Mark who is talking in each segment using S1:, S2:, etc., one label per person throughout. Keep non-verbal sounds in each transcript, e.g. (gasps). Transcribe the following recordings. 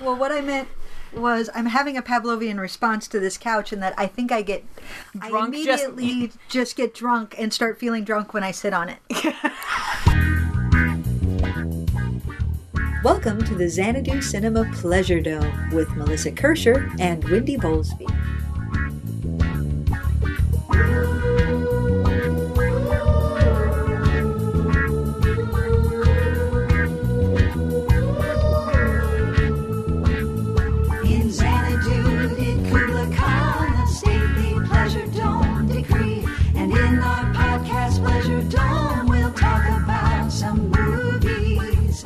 S1: Well, what I meant was I'm having a Pavlovian response to this couch in that I think I get I
S2: Drunk, just-
S1: immediately (laughs) just... get drunk and start feeling drunk when I sit (laughs) on it. Welcome to the Xanadu Cinema Pleasure Dome with Melissa Kirscher and Wendy Bowlesby.
S3: In Xanadu did Kubla Khan of stately pleasure dome decree. And in our podcast Pleasure Dome, we'll talk about some movies.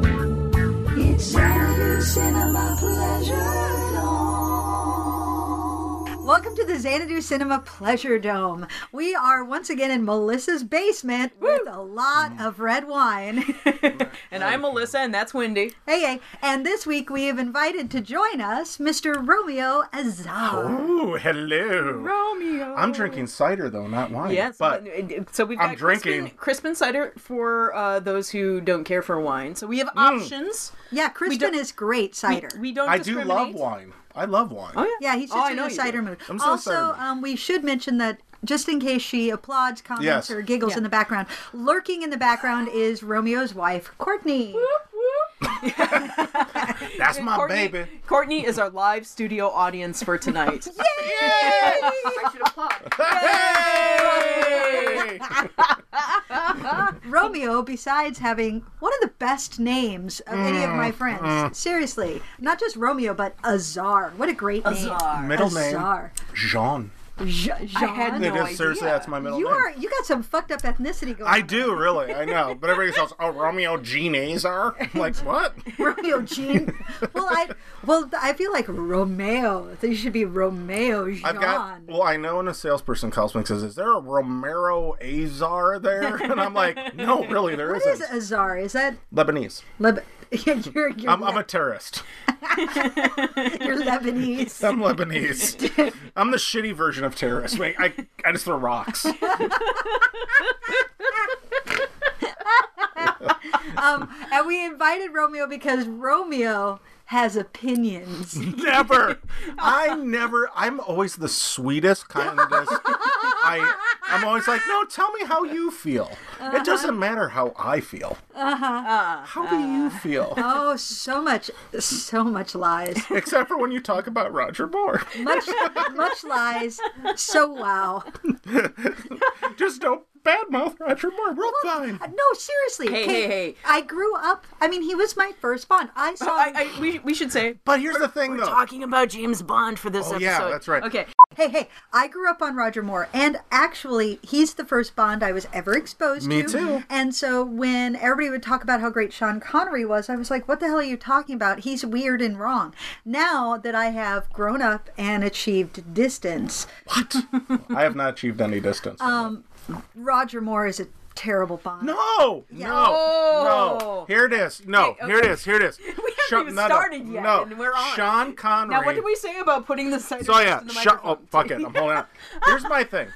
S3: It's Xanadu Cinema Pleasure Dome.
S1: Welcome to the Xanadu Cinema Pleasure Dome. We are once again in Melissa's basement with a lot
S4: Mm.
S1: of red wine. (laughs)
S2: And I'm Melissa, and that's Wendy.
S1: Hey, hey, and this week we have invited to join us Mr. Romeo Azar.
S4: Ooh, hello.
S2: Romeo.
S4: I'm drinking cider though, not wine.
S2: Yes,
S4: but
S2: so we've got
S4: I'm drinking.
S2: Crispin, Crispin cider for uh, those who don't care for wine. So we have options.
S1: Yeah, Crispin
S2: don't-
S1: is great cider.
S2: We don't.
S4: Mm. I do love
S2: discriminate.
S4: wine. I love wine.
S2: Oh yeah.
S1: yeah, he's
S2: Oh,
S1: just
S2: I
S1: in
S2: know
S1: a
S2: you
S1: cider
S2: do.
S1: mood.
S4: I'm so
S1: also,
S4: sorry.
S1: um, we should mention that just in case she applauds, comments,
S4: Yes.
S1: or giggles in the background, lurking in the background is Romeo's wife, Courtney.
S4: That's my
S2: Courtney,
S4: baby. (laughs)
S2: Courtney is our live studio audience for (laughs) tonight.
S5: I should applaud.
S4: Hey!
S1: Romeo, besides having one of the best names of any of
S4: Mm,
S1: my friends, seriously, not just Romeo, but Azar. What a great name.
S2: Bizarre.
S4: middle name
S1: Azar.
S4: Jean.
S1: Je- Jean.
S2: I had
S4: It
S2: no
S4: is seriously
S2: idea.
S4: that's my middle
S1: you
S4: name.
S1: are you got some fucked up ethnicity going
S4: I
S1: on.
S4: do really. I know. But everybody says, "Oh, Romeo Jean Azar." I'm
S2: (laughs)
S4: like what?
S1: Romeo Jean.
S4: (laughs)
S1: well, I well, I feel like Romeo. They should be Romeo Jean.
S4: I've got. Well, I know when a salesperson calls me and says, "Is there a Romero Azar there?" And I'm like, "No, really, there
S1: what
S4: isn't."
S1: is Azar? Is that
S4: Lebanese.
S1: Leb- (laughs) you're you're,
S4: I'm, I'm a terrorist.
S1: you're
S4: (laughs)
S1: Lebanese.
S4: I'm Lebanese. I'm the shitty version of terrorist. Wait, I, I just throw rocks. (laughs)
S1: Um, and we invited Romeo because Romeo has opinions.
S4: never. I never. I'm always the sweetest, kindest. I, I'm always like, no, tell me how you feel. It doesn't matter how I feel. Uh-huh. How do you feel?
S1: Oh, so much, so much lies.
S4: Except for when you talk about Roger Moore.
S1: Much, much lies. So wow.
S4: Just don't badmouth Roger Moore. We're fine.
S1: uh, No, seriously.
S2: Hey,
S1: Kate,
S2: hey, hey.
S1: I grew up. I mean, he was my first Bond. I saw.
S2: I, I, we, we should say
S4: But here's the thing, though.
S2: talking about James Bond for this
S4: Oh,
S2: episode.
S4: yeah, that's right.
S2: Okay.
S1: Hey, hey, I grew up on Roger Moore, and actually, he's the first Bond I was ever exposed
S4: Me
S1: to.
S4: too.
S1: And so, when everybody would talk about how great Sean Connery was, I was like, what the hell are you talking about? He's weird and wrong. Now that I have grown up and achieved distance,
S4: I have not achieved any distance. from that.
S1: Roger Moore is a terrible Bond.
S4: No,
S2: Oh.
S4: no, no. Here it is. No,
S2: Okay,
S4: here it is. Here
S2: (laughs)
S4: it is. we
S2: haven't even started yet, and we're on.
S4: Sean Connery.
S2: Now, what did we say about putting the cider
S4: So yeah,
S2: in the
S4: Sean, oh
S2: microphone?
S4: fuck it, I'm holding up. Here's
S2: (laughs)
S4: my thing: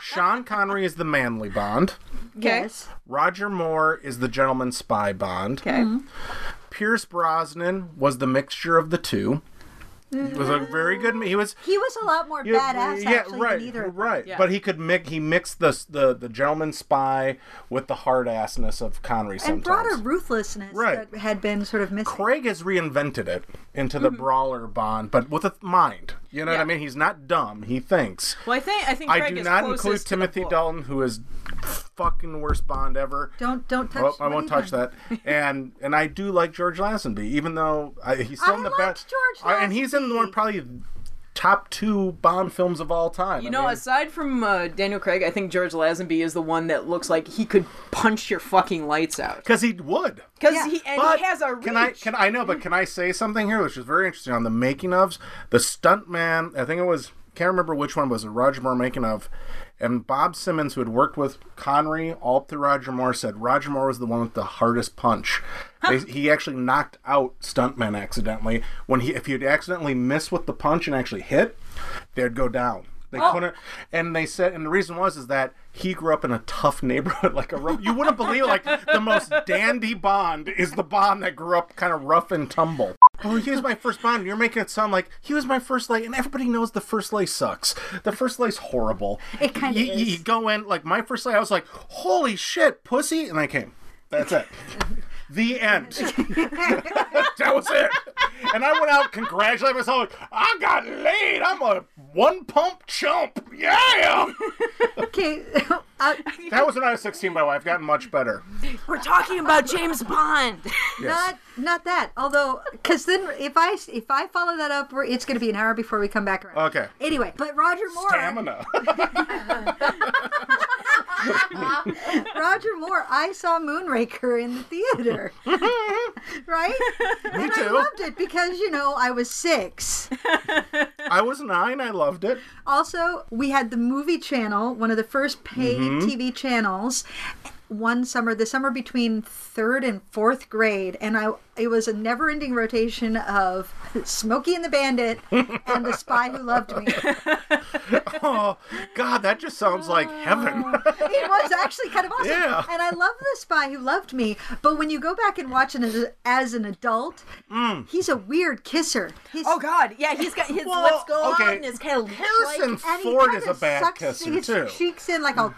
S4: Sean Connery is the manly Bond.
S2: Okay.
S1: Yes.
S4: Roger Moore is the gentleman spy Bond.
S2: Okay.
S4: Pierce Brosnan was the mixture of the two. He was a very good. He was
S1: He was a lot more
S4: yeah,
S1: badass,
S4: yeah,
S1: actually,
S4: right,
S1: than either of them.
S4: right.
S2: Yeah.
S4: But he could mix. He mixed the the the gentleman spy with the hard assness of Connery
S1: And
S4: sometimes.
S1: brought a ruthlessness
S4: Right.
S1: that had been sort of missing.
S4: Craig has reinvented it into the brawler Bond, but with a th- mind. You know what
S2: Mm-hmm. Yeah.
S4: I mean? He's not dumb. He thinks.
S2: Well, I think I think
S4: I
S2: Craig
S4: do
S2: is
S4: not
S2: closest
S4: include
S2: to the
S4: Timothy
S2: book.
S4: Dalton, who is fucking worst Bond ever.
S1: Don't don't touch.
S4: Oh, I
S1: what
S4: won't
S1: are you
S4: touch
S1: doing?
S4: that. And and I do like George Lazenby, even though I, he's still
S1: I
S4: in the
S1: liked
S4: best.
S1: George
S4: I- and he's in one
S1: Lazenby. probably
S4: probably top two Bond films of all time.
S2: You know, aside from uh, Daniel Craig, I think George Lazenby is the one that looks like he could punch your fucking lights out.
S4: because he would.
S2: Because
S1: Yeah.
S2: he and
S4: But
S2: he has a reach.
S4: Can I? Can I know? But can I say something here, which is very interesting on the making ofs? The stunt man. I think it was. Can't remember which one was a Roger Moore making of, and Bob Simmons, who had worked with Connery all through Roger Moore, said Roger Moore was the one with the hardest punch. They, he actually knocked out stuntmen accidentally when he, if he'd accidentally miss with the punch and actually hit, they'd go down. They
S1: Oh.
S4: couldn't, and they said, and the reason was is that he grew up in a tough (laughs) neighborhood, like a rough. You wouldn't believe, like the most dandy Bond is the Bond that grew up kind of rough and tumble. Oh, he was my first Bond. You're making it sound like he was my first lay, and everybody knows the first lay sucks. The first lay's horrible.
S1: It kinda
S4: You- you-
S1: is.
S4: You go in like my first lay. I was like, holy shit, pussy, and I came. That's it. The end.
S1: (laughs)
S4: that was it. And I went out congratulating myself. Like, I got laid. I'm a one pump chump. Yeah.
S1: Okay, (laughs) uh,
S4: (laughs)
S1: I-
S4: That was when I was 16, by the way. I've gotten much better.
S6: We're talking about James Bond.
S4: (laughs)
S1: not not that. Although, because then if I if I follow that up, we're, it's going to be an hour before we come back around.
S4: Okay.
S1: Anyway, but Roger Moore,
S2: (laughs)
S4: Stamina.
S1: (laughs) Roger Moore, I saw Moonraker in the
S4: (laughs)
S1: theater, (laughs) right?
S4: Me
S1: I
S4: too.
S1: loved it because you know I was six.
S4: I was nine. I loved it.
S1: Also, we had the movie channel, one of the first paid
S4: Mm-hmm.
S1: TV channels. One summer, the summer between third and fourth grade, and I it was a never-ending rotation of Smokey and the Bandit and The Spy Who Loved Me.
S4: Oh, God, that just sounds like heaven.
S2: Oh.
S1: it was actually kind of awesome.
S4: Yeah.
S1: And I love the spy who loved me, but when you go back and watch it as, as an adult,
S4: Mm.
S1: he's a weird kisser. He's,
S6: Oh God, yeah, he's got his
S4: Well,
S6: lips go
S4: okay.
S6: on and his kind of
S4: Harrison
S6: like,
S1: and he
S4: Ford
S1: kind
S4: is a
S1: of
S4: bad
S1: sucks
S4: kisser,
S1: his
S4: too.
S1: cheeks in like a.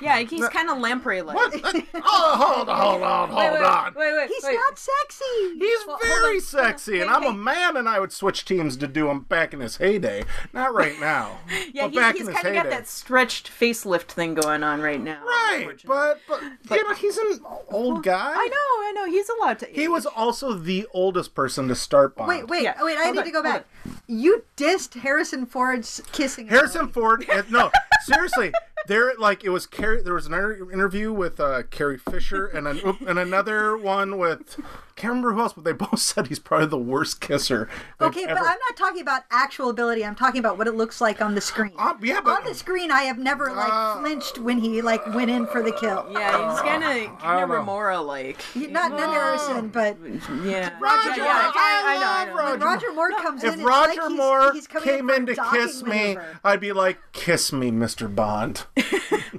S2: Yeah, he's kind of lamprey like.
S4: What? (laughs) Oh, hold on, hold on, hold
S2: Wait,
S4: on.
S2: wait, wait, wait.
S1: He's
S2: wait.
S1: not sexy.
S4: He's
S1: Well, hold
S4: very
S1: on.
S4: sexy, and I'm a man, and I would switch teams to do him back in his heyday. Not right now.
S2: (laughs) Yeah,
S4: but
S2: he's,
S4: back
S2: he's
S4: in his
S2: kind of got
S4: heyday.
S2: that stretched facelift thing going on right now.
S4: right, but, but, you know, he's an old guy.
S2: I know, I know. He's allowed to.
S4: He was also the oldest person to start Bond.
S1: Wait, wait,
S2: Yeah.
S1: oh, wait! I
S2: Hold
S1: need
S2: on,
S1: to go
S2: hold
S1: back. You dissed Harrison Ford's kissing.
S4: Harrison Ford. eh, No, seriously, there like it was. Carrie, there was an inter- interview with uh, Carrie Fisher and an, and another one with can't remember who else, but they both (laughs) said he's probably the worst kisser. they've
S1: Okay,
S4: ever-
S1: but I'm not talking about actual ability. I'm talking about what it looks like on the screen.
S4: Uh, yeah, but-
S1: on the screen, I have never like
S4: Uh,
S1: flinched when he like went in for the kill.
S2: Yeah, he's kind of kind of
S4: know.
S2: Remora like.
S1: Not not Harrison, but
S2: Yeah.
S4: Roger,
S2: yeah, yeah,
S4: Moore,
S2: I, I know, I
S4: love
S2: know.
S1: When
S4: Roger.
S1: Roger Moore comes in,
S4: If
S1: it's like
S4: Roger
S1: he's-
S4: Moore
S1: he's coming in
S4: came
S1: for a
S4: in to
S1: docking
S4: kiss me,
S1: maneuver.
S4: I'd be like, "Kiss me, Mr. Bond."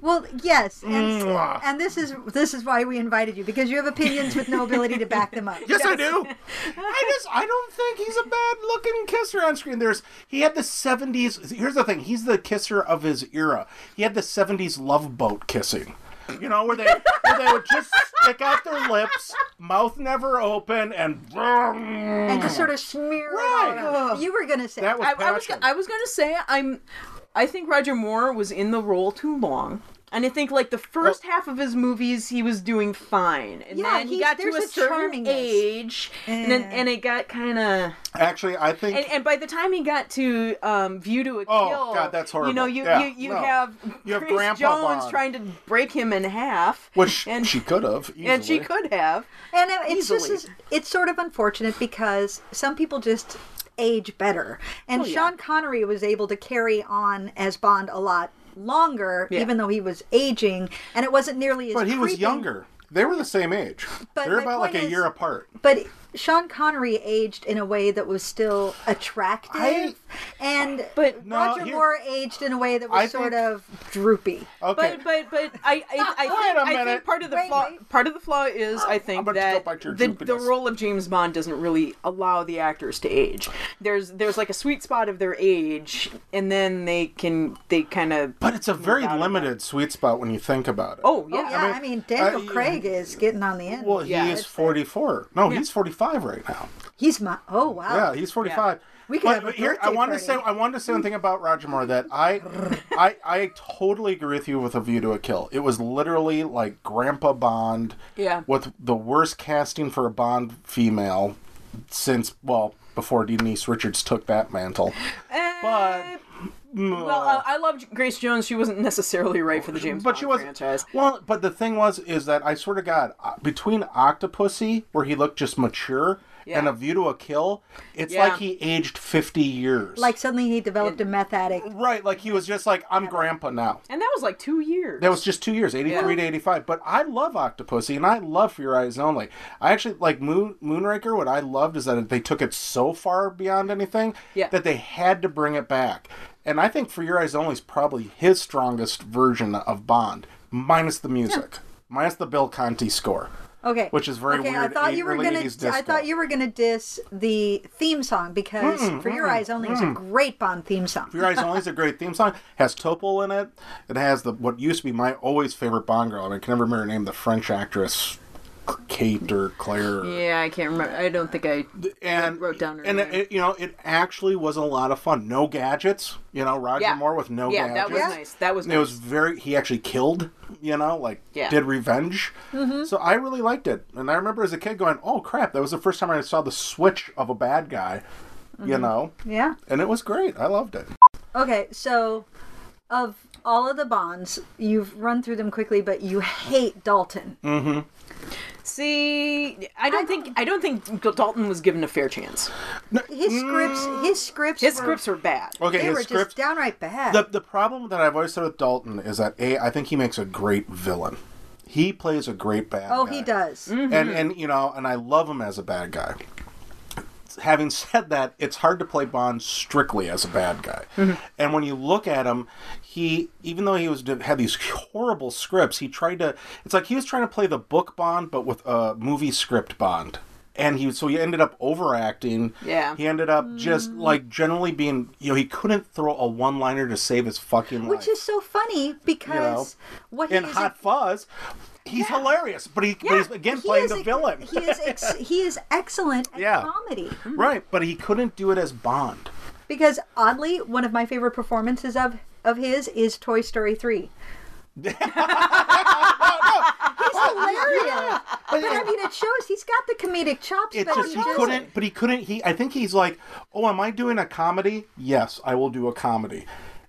S1: Well, yes, and,
S4: Mwah.
S1: and this is this is why we invited you because you have opinions with no ability to back them up.
S4: (laughs) Yes, I do. I just I don't think he's a bad looking kisser on screen. There's he had the seventies here's the thing, he's the kisser of his era. He had the seventies love boat kissing. You know, where they where they would just stick out their lips, mouth never open, and
S1: And just sort of smear. it
S4: Right.
S1: all over. You were gonna say
S4: that was
S2: I, I was
S4: passion.
S2: I was gonna say I'm I think Roger Moore was in the role too long. And I think like the first half of his movies he was doing fine. And
S1: Yeah,
S2: then he
S1: he's-
S2: got to
S1: there's
S2: a
S1: a
S2: certain
S1: charmingness.
S2: age and then
S1: Yeah.
S2: and it got kinda
S4: Actually I think
S2: and, and by the time he got to um, View to a
S4: Oh,
S2: Kill,
S4: God, that's horrible.
S2: You know, you
S4: Yeah,
S2: you, you
S4: no.
S2: have
S4: You have
S2: Chris
S4: Grandpa
S2: Jones
S4: Bond.
S2: trying to break him in half,
S4: which
S2: and
S4: she could have
S2: and she could have.
S1: And it- it's
S2: Easily.
S1: just it's sort of unfortunate because some people just age better. And
S4: Oh,
S2: yeah.
S1: Sean Connery was able to carry on as Bond a lot longer,
S2: Yeah.
S1: even though he was aging, and it wasn't nearly as.
S4: But he was
S1: creeping.
S4: younger. They were the same age.
S1: But
S4: They're
S1: my
S4: about like
S1: point
S4: a
S1: is-
S4: year apart.
S1: But Sean Connery aged in a way that was still attractive,
S4: I-
S1: and
S2: But
S4: No,
S1: Roger
S4: here-
S1: Moore aged in a way that was
S4: I
S1: sort
S4: think- Oh,
S1: of droopy.
S4: Okay.
S2: But but but I I, I,
S4: Wait a
S2: think, I
S4: minute.
S2: think part of the
S1: Wait,
S2: flaw
S1: wait.
S2: part of the flaw is I
S4: I'm
S2: think
S4: about to go
S2: that
S4: back to your
S2: the, the
S4: droopiness.
S2: role of James Bond doesn't really allow the actors to age. There's there's like a sweet spot of their age, and then they can they kind of
S4: But it's a very limited sweet spot when you think about it.
S2: oh
S1: Oh,
S2: yeah.
S1: yeah, I mean, Daniel
S4: I-
S1: Craig is getting on the end.
S4: uh, Well, he
S2: Yeah,
S4: is
S2: it's-
S4: 44. No, he's 45 right now.
S1: he's my oh wow.
S4: Yeah, he's 45.
S1: We could
S4: But
S1: have a
S4: here, I
S1: birthday
S4: wanted to say
S1: party.
S4: I wanted to say one thing about Roger Moore that I,
S1: (laughs)
S4: I, I totally agree with you with A View to a Kill. It was literally like Grandpa Bond.
S2: Yeah.
S4: With the worst casting for a Bond female since well before Denise Richards took that mantle.
S2: Eh,
S4: But-
S2: well, uh, I love Grace Jones. She wasn't necessarily right for the James
S4: Oh, but
S2: Bond
S4: she was
S2: Ah, franchise.
S4: well. But the thing was, is that I swear to God, uh, between Octopussy, where he looked just mature, and A View to a Kill, it's
S2: Yeah.
S4: like he aged 50 years.
S1: Like suddenly he developed a meth addict.
S4: right, like he was just like, I'm grandpa now.
S2: And that was like two years.
S4: That was just two years, 83 to 85. But I love Octopussy and I love For Your Eyes Only. I actually like Moon, Moonraker. What I loved is that they took it so far beyond anything
S2: Yeah.
S4: that they had to bring it back. And I think For Your Eyes Only is probably his strongest version of Bond, minus the music, minus the Bill Conti score.
S1: Okay.
S4: Which is very
S1: okay, I
S4: weird,
S1: thought
S4: eight-
S1: you were
S4: early
S1: gonna
S4: 80s
S1: I
S4: disco.
S1: thought you were gonna diss the theme song because For Your Eyes Only is a great Bond theme song.
S4: Mm, For Your Eyes Only is a great theme song. Has Topol in it. It has the what used to be my always favorite Bond girl. I, mean, I can never remember her name. The French actress, Kate or Claire. or-
S2: yeah, I can't remember. I don't think I.
S4: and
S2: wrote down
S4: and
S2: earlier.
S4: it, you know it actually was a lot of fun no gadgets you know roger
S2: Yeah.
S4: moore with no
S2: yeah, that
S4: gadgets
S2: was nice. That was
S4: it was very he actually killed you know like
S2: Yeah. Mm-hmm.
S4: did revenge so i really liked it and i remember as a kid going oh crap that was the first time i saw the switch of a bad guy
S2: Mm-hmm.
S4: you know
S1: Yeah.
S4: and it was great i loved it
S1: Okay, so of all of the bonds, you've run through them quickly, but you hate Dalton.
S4: Mm.
S2: See, I don't think I don't think Dalton was given a fair chance.
S1: His scripts, his scripts,
S2: His
S1: were,
S2: scripts were bad.
S4: okay
S1: they
S4: Mm. his
S1: were
S4: script
S1: just downright bad.
S4: The, the problem that I've always said with Dalton is that a I think he makes a great villain. He plays a great bad.
S1: oh,
S4: guy. Mm.
S1: he does.
S4: and and you know, and I love him as a bad guy. Having said that, it's hard to play Bond strictly as a bad guy.
S1: Mm-hmm.
S4: And when you look at him, he even though he was had these horrible scripts, he tried to. It's like he was trying to play the book Bond, but with a movie script Bond. And he so he ended up overacting.
S2: Yeah.
S4: He ended up just
S1: Mm.
S4: like generally being you know he couldn't throw a one liner to save his fucking life
S1: Which is so funny because what he
S4: in
S1: is
S4: Hot Fuzz, he's hilarious, but, he, but he's again
S1: he
S4: playing
S1: is
S4: the
S1: ex-
S4: villain.
S1: He is ex- he is excellent at
S4: (laughs) Yeah.
S1: comedy
S2: Mm-hmm.
S4: right, but he couldn't do it as Bond.
S1: because oddly, one of my favorite performances of of his is Toy Story
S4: (laughs)
S1: three. he's hilarious, but I mean, it shows he's got the comedic chops.
S4: It
S1: but
S4: just
S1: he
S4: he couldn't. But he couldn't. He I think he's like, oh, am I doing a comedy? Yes, I will do a comedy.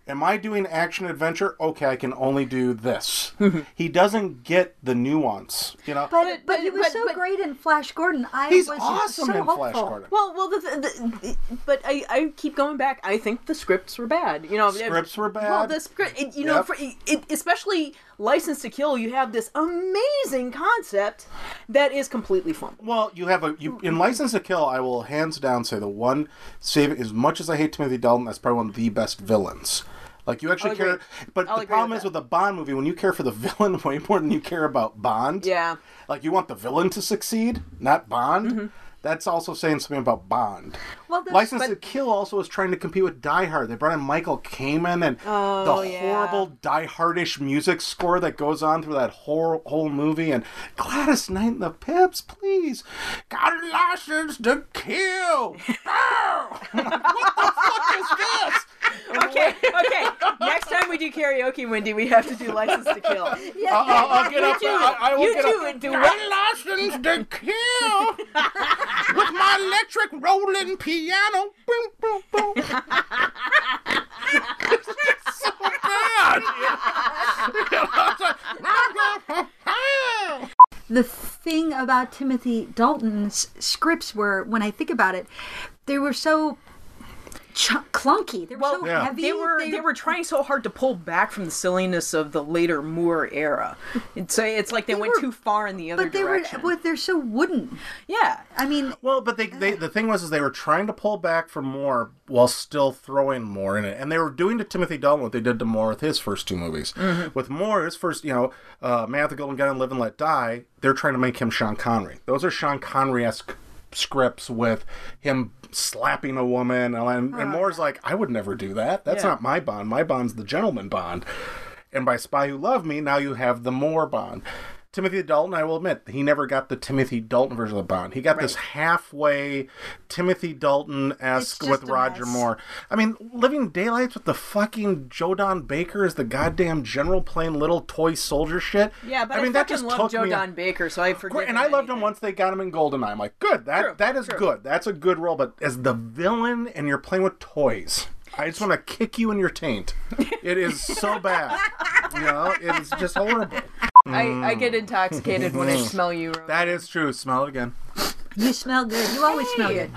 S4: Am I doing action adventure? Okay, I can only
S2: (laughs)
S4: do this. he doesn't get the nuance, you know.
S1: But, but,
S2: but-
S1: he was
S2: but-
S1: so
S2: but-
S1: great in Flash Gordon. I
S4: he's
S1: was
S4: awesome
S1: so
S4: in
S1: hopeful.
S4: Flash Gordon.
S2: Well, well, the, the, the, but I, I keep going back. I think the scripts were bad. You know,
S4: Scripts were
S2: Well,
S4: bad.
S2: the script, it, you know,
S4: Yep.
S2: for, it, especially License to Kill, you have this amazing concept that is completely fumbled.
S4: Well, you have a you, in License to Kill. I will hands down say the one save as much as I hate Timothy Dalton. That's probably one of the best villains. Like you actually
S2: I'll
S4: care,
S2: agree.
S4: but
S2: I'll
S4: the
S2: agree
S4: problem
S2: with
S4: is
S2: that.
S4: with a Bond movie when you care for the (laughs) villain way more than you care about Bond.
S2: Yeah.
S4: like you want the villain to succeed, not Bond. That's also saying something about Bond.
S1: Well, the-
S4: License to Kill also is trying to compete with Die Hard. They brought in Michael Kamen and the
S2: yeah.
S4: horrible Die Hardish music score that goes on through that whole whole movie. And Gladys Knight and the Pips, please, got a license to kill. Ow! (laughs) what the fuck is this?
S2: Okay, okay. Next time we do karaoke, Wendy, we have to do License to Kill. (laughs)
S4: I'll, I'll- I'll get up.
S2: do
S4: I,
S2: it.
S4: I will
S2: You
S4: get
S2: do
S4: up.
S2: it, do
S4: Got a license to kill with my electric rolling piano. Boom, boom, boom. (laughs) It's so bad. (laughs)
S1: the thing about Timothy Dalton's scripts were, when I think about it, they were so ch- clunky. They were so
S4: Yeah.
S1: heavy.
S2: They were they were trying so hard to pull back from the silliness of the later Moore era. And so it's like they, went
S1: were-
S2: too far in the other
S1: but they
S2: direction.
S1: were, but they're so wooden.
S2: yeah.
S1: I mean,
S4: Well, but they, they the thing was is they were trying to pull back for more while still throwing more in it, and they were doing to Timothy Dalton what they did to Moore with his first two movies. With Moore, his first, you know, uh, Man with the Golden Gun and Live and Let Die, they're trying to make him Sean Connery. Those are Sean Connery esque scripts with him slapping a woman, and, and, and Moore's like, I would never do that. That's
S2: Yeah.
S4: not my bond. My bond's the gentleman bond. And by Spy Who Loved Me, now you have the Moore Bond. Timothy Dalton, I will admit, he never got the Timothy Dalton version of the Bond. He got this halfway Timothy Dalton
S1: It's
S4: esque
S1: just
S4: with
S1: a
S4: Roger
S1: mess.
S4: Moore. I mean, Living Daylights with the fucking Joe Don Baker as the goddamn general playing little toy soldier shit.
S2: Yeah, but I,
S4: I mean, that just
S2: love
S4: took
S2: Joe
S4: me.
S2: Don Baker, so I forget.
S4: and I loved him once they got him in Goldeneye. I'm like, good. That
S2: True,
S4: that is
S2: true.
S4: good. That's a good role. But as the villain, and you're playing with toys. I just want to kick you in your taint. It is
S2: (laughs)
S4: so bad. you know, it's just horrible. Mm.
S2: I, I get intoxicated when I smell you.
S4: That is true. Smell it again.
S1: You smell good. You always smell good.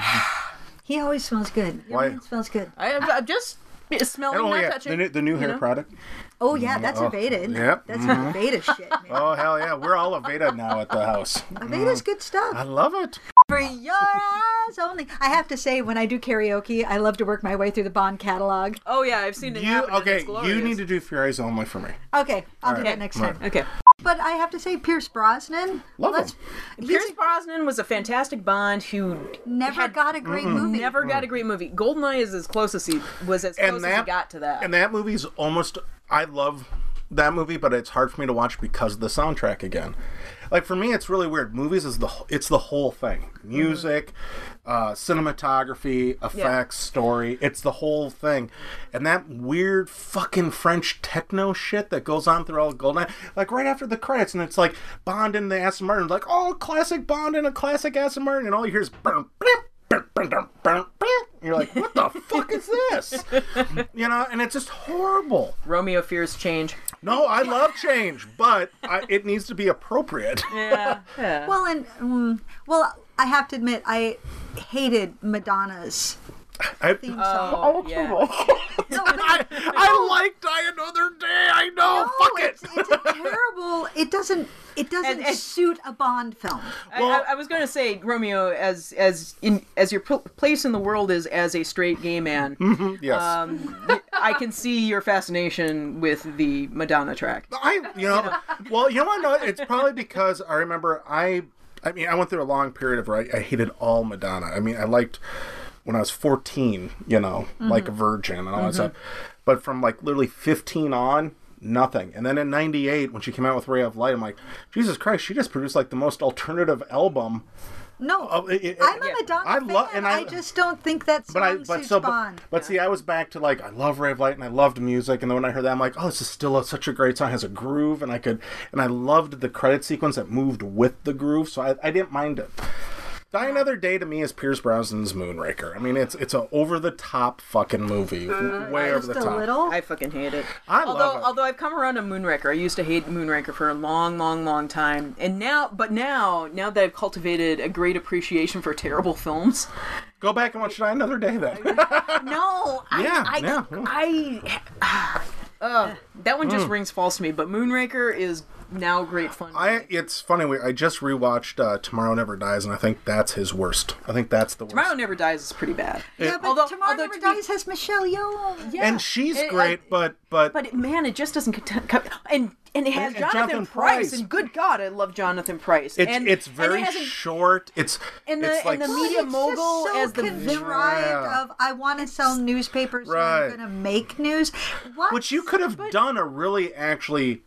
S1: He always smells good. Your
S4: (sighs) Why-
S1: man smells good.
S2: I, I'm just smelling,
S4: And, oh
S2: not
S4: yeah,
S2: touching.
S4: the new, the new hair
S2: know?
S4: product.
S1: Oh yeah, that's
S4: oh,
S1: a Veda. Isn't
S4: yep, Mm-hmm.
S1: It? That's mm Veda shit. Man.
S4: (laughs) Oh hell yeah, we're all a Veda now at the
S2: (laughs)
S4: house.
S1: Veda's good
S4: Oh. I
S1: stuff.
S4: love it.
S1: For your eyes only. I have to say, when I do karaoke, I love to work my way through the Bond catalog.
S2: oh yeah, I've seen it
S4: You
S2: happen. and
S4: okay?
S2: it's
S4: You
S2: glorious.
S4: need to do Furies only for me.
S1: Okay, I'll do
S4: right.
S1: that next
S4: Right.
S1: time.
S2: Okay.
S1: But I have to say, Pierce Brosnan.
S4: Love
S1: let's-
S4: him.
S1: he's
S2: Pierce Brosnan was a fantastic Bond who
S1: never
S2: had- Mm-hmm.
S1: got a great movie.
S2: never got a great movie. Goldeneye is as close as he was as close
S4: And that
S2: as he got to that.
S4: And that movie's almost. I love that movie, but it's hard for me to watch because of the soundtrack again. Like for me, it's really weird. Movies is the it's the whole thing: music,
S2: Mm-hmm.
S4: uh, cinematography, effects, story. It's the whole thing, and that weird fucking French techno shit that goes on through all of Goldeneye. Like right after the credits, and it's like Bond and the Aston Martin. Like oh, classic Bond and a classic Aston Martin, and all you hear is. Burn, you're like, what the fuck is this? you know, and it's just horrible.
S2: Romeo fears change.
S4: No, I love change, but I, it needs to be appropriate.
S2: Yeah.
S1: Well, and mm, well, I have to admit, I hated Madonna's
S4: I,
S1: theme
S4: I,
S1: song.
S2: oh, yeah. (laughs)
S4: (laughs) I like Die Another Day. I know.
S1: No,
S4: Oh, fuck it.
S1: Oh, it's, it's a terrible. It doesn't. It doesn't
S2: And- and-
S1: suit a Bond film.
S2: I-
S4: Well-
S2: I, I was going to say Romeo as as in as your pl- place in the world is as a straight gay man.
S4: (laughs) yes.
S2: Um, I can see your fascination with the Madonna track.
S4: I, you know, well, you know what? No, it's probably because I remember I, I mean, I went through a long period of where I, I hated all Madonna. I mean, I liked when I was 14, you know, like a virgin and all that stuff. But from like literally 15 on, nothing. And then in 98, when she came out with Ray of Light, I'm like, Jesus Christ, she just produced like the most alternative album.
S1: No,
S4: Oh, it- it-
S1: I'm
S4: yeah.
S1: a Madonna
S4: I
S1: fan.
S4: lo- and I-
S1: I, just don't think that song
S4: But I, but
S1: suits
S4: so, but,
S1: Bond.
S4: but see, I was back to like I love Ray of Light and I loved music, and then when I heard that, I'm like, oh, this is still a, such a great song. It has a groove, and I could, and I loved the credit sequence that moved with the groove, so I, I didn't mind it. Die Another Day to me is Pierce Brosnan's Moonraker. I mean, it's it's a over the top fucking movie, way over
S1: Uh, Just
S4: the
S1: a
S4: top.
S1: little.
S2: I fucking hate it.
S4: I
S2: although,
S4: love it.
S2: although I've come around to Moonraker. I used to hate Moonraker for a long, long, long time, and now, but now, now that I've cultivated a great appreciation for terrible films,
S4: Go back and watch Die Another Day then.
S1: (laughs)
S2: no, I,
S4: yeah,
S2: I,
S4: yeah, yeah. Mm.
S2: I, uh, that one just rings false to me. But Moonraker is now great fun.
S4: I it's funny. We, I just rewatched uh, Tomorrow Never Dies, and I think that's his worst. I think that's the worst.
S2: Tomorrow Never Dies is pretty bad.
S1: yeah, but
S2: although-
S1: Tomorrow
S2: although
S1: Never
S2: to be-
S1: Dies has Michelle Yeoh.
S2: Yeah.
S4: and she's
S2: It- I-
S4: great, but but
S2: but it, man, it just doesn't cont- co- and and it has
S4: And- and
S2: Jonathan,
S4: Jonathan
S2: Price,
S4: Price.
S2: and good God, I love Jonathan Price.
S4: It's,
S2: and,
S4: it's
S2: and it
S4: very
S2: has a-
S4: short. It's
S2: and the-
S4: it's like
S2: and the media
S1: It's
S2: mogul
S1: just so
S2: as the-
S1: contrived
S4: Yeah.
S1: of I want to sell newspapers,
S4: Right.
S1: so I'm going to make news. What?
S4: which you could have done a really actually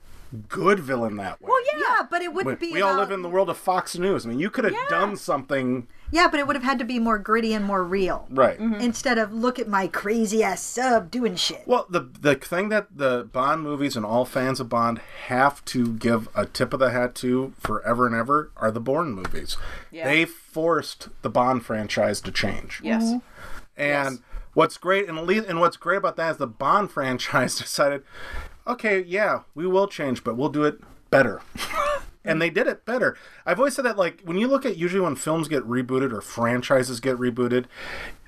S4: good villain that way. Well,
S1: Yeah, but it wouldn't
S4: We,
S1: be.
S4: we all
S1: about-
S4: live in the world of Fox News. I mean, you could have done something
S1: Yeah, but it would have had to be more gritty and more real.
S4: right.
S2: Mm-hmm.
S1: Instead of look at my crazy ass sub doing shit.
S4: Well, the the thing that the Bond movies and all fans of Bond have to give a tip of the hat to forever and ever are the Bourne movies. They forced the Bond franchise to change.
S2: yes.
S4: And what's great and le- and what's great about that is the Bond (laughs) franchise decided, okay, yeah, we will change, but we'll do it better. and they did it better. I've always said that like when you look at usually when films get rebooted or franchises get rebooted,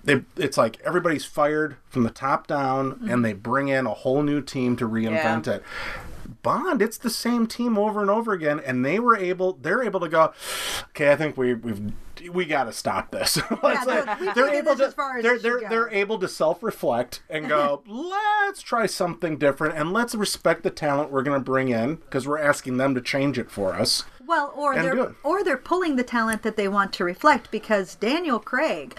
S4: they, it's like everybody's fired from the top down and they bring in a whole new team to reinvent it. Bond, it's the same team over and over again, and they were able. They're able to go. Okay, I think we we've we got to stop this. (laughs) It's
S1: no,
S4: like,
S1: we
S4: they're
S1: figured
S4: able
S1: this
S4: to
S1: as far as
S4: they're
S1: it should
S4: they're,
S1: go.
S4: they're able to self reflect
S2: (laughs)
S4: and go. let's try something different, and let's respect the talent we're going to bring in because we're asking them to change it for us.
S1: Well, or
S4: And do
S1: they're
S4: it.
S1: or they're pulling the talent that they want to reflect because Daniel Craig,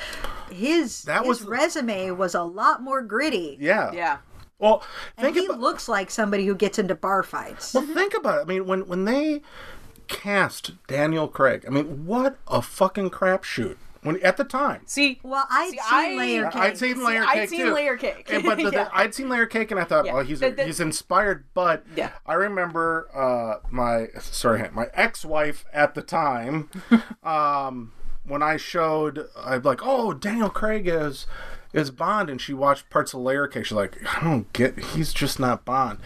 S1: his
S4: That
S1: his
S4: was-
S1: resume was a lot more gritty.
S4: Yeah.
S2: Yeah.
S4: Well,
S1: And
S4: think
S1: he
S4: about,
S1: looks like somebody who gets into bar fights.
S4: Well, think about it. I mean, when when they cast Daniel Craig, I mean, what a fucking crapshoot. When at the time,
S2: See,
S1: Well, I'd
S2: See,
S1: seen
S2: I-
S1: layer cake.
S4: I'd seen layer
S2: See, I'd
S4: cake
S2: seen
S4: too.
S2: Layer Cake.
S4: And- (laughs) but the,
S2: (laughs) Yeah.
S4: I'd seen layer cake, and I thought,
S2: Yeah.
S4: well, he's
S2: The- the-
S4: he's inspired. But
S2: Yeah.
S4: I remember uh, my sorry, my ex wife at the time, um, when I showed, I'm like, oh, Daniel Craig is is Bond, and she watched parts of layer cake. She's like, I don't get, he's just not Bond.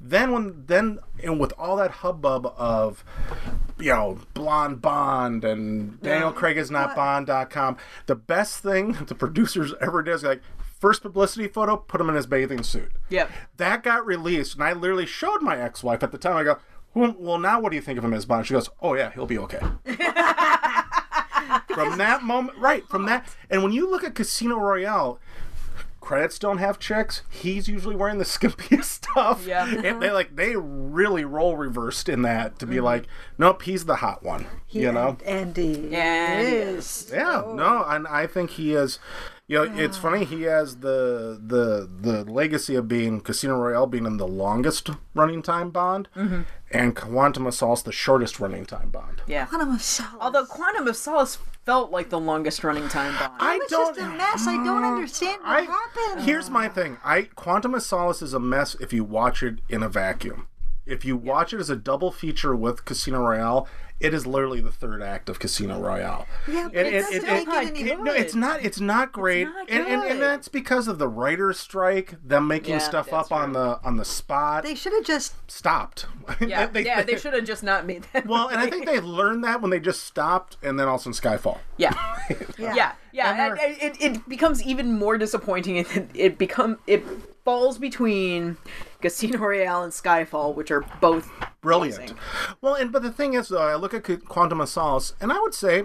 S4: Then when then and with all that hubbub of you know, Blonde Bond and Daniel Craig is not Bond.com. The best thing (laughs) the producers ever did is like, first publicity photo, put him in his bathing suit.
S2: Yep.
S4: That got released, and I literally showed my ex wife at the time. I go, well, well, now what do you think of him as Bond? She goes, oh, yeah, he'll
S2: (laughs)
S4: be okay. from that moment, right, from that. And when you look at Casino Royale, credits don't have checks. He's usually wearing the (laughs) skimpiest stuff.
S2: Yeah.
S4: And they like they really role reversed in that to
S2: Mm-hmm.
S4: be like, nope, he's the hot one. you know?
S1: and he
S2: Yeah, he
S1: is.
S4: Yeah, no, and I think he is. You know, it's funny he has the the the legacy of being Casino Royale being in the longest running time Bond,
S1: Mm-hmm.
S4: and Quantum of Solace the shortest running time Bond.
S2: Yeah.
S1: Quantum of Solace.
S2: Although Quantum of Solace felt like the longest running time bond.
S4: I
S1: it's
S4: don't. Mm,
S1: just a mess. I don't understand what
S4: I
S1: happened.
S4: here's my thing. I Quantum of Solace is a mess if you watch it in a vacuum. If you watch it as a double feature with Casino Royale, it is literally the third act of Casino Royale.
S1: yeah, but
S4: And
S1: it,
S4: it-
S1: doesn't make
S4: it-
S1: it, any
S2: it-
S4: No, it's not. It's not great,
S2: not
S4: and, and
S2: good.
S4: and that's because of the writers' strike, them making
S2: Yeah,
S4: stuff up
S2: that's
S4: on the on the spot.
S1: They should have
S2: (laughs)
S1: just
S4: stopped. (laughs)
S2: yeah, yeah, they should have just not made that.
S4: Well, and I think they learned that when they just stopped, and then also in Skyfall.
S2: (laughs) yeah.
S1: yeah.
S2: yeah yeah
S4: And
S2: and-
S4: they're-
S2: and it, it becomes even more disappointing it, it become it falls between casino royale and skyfall which are both
S4: Brilliant.
S2: amazing.
S4: Well, and but the thing is, though, I look at Qu- Quantum of Solace, and I would say.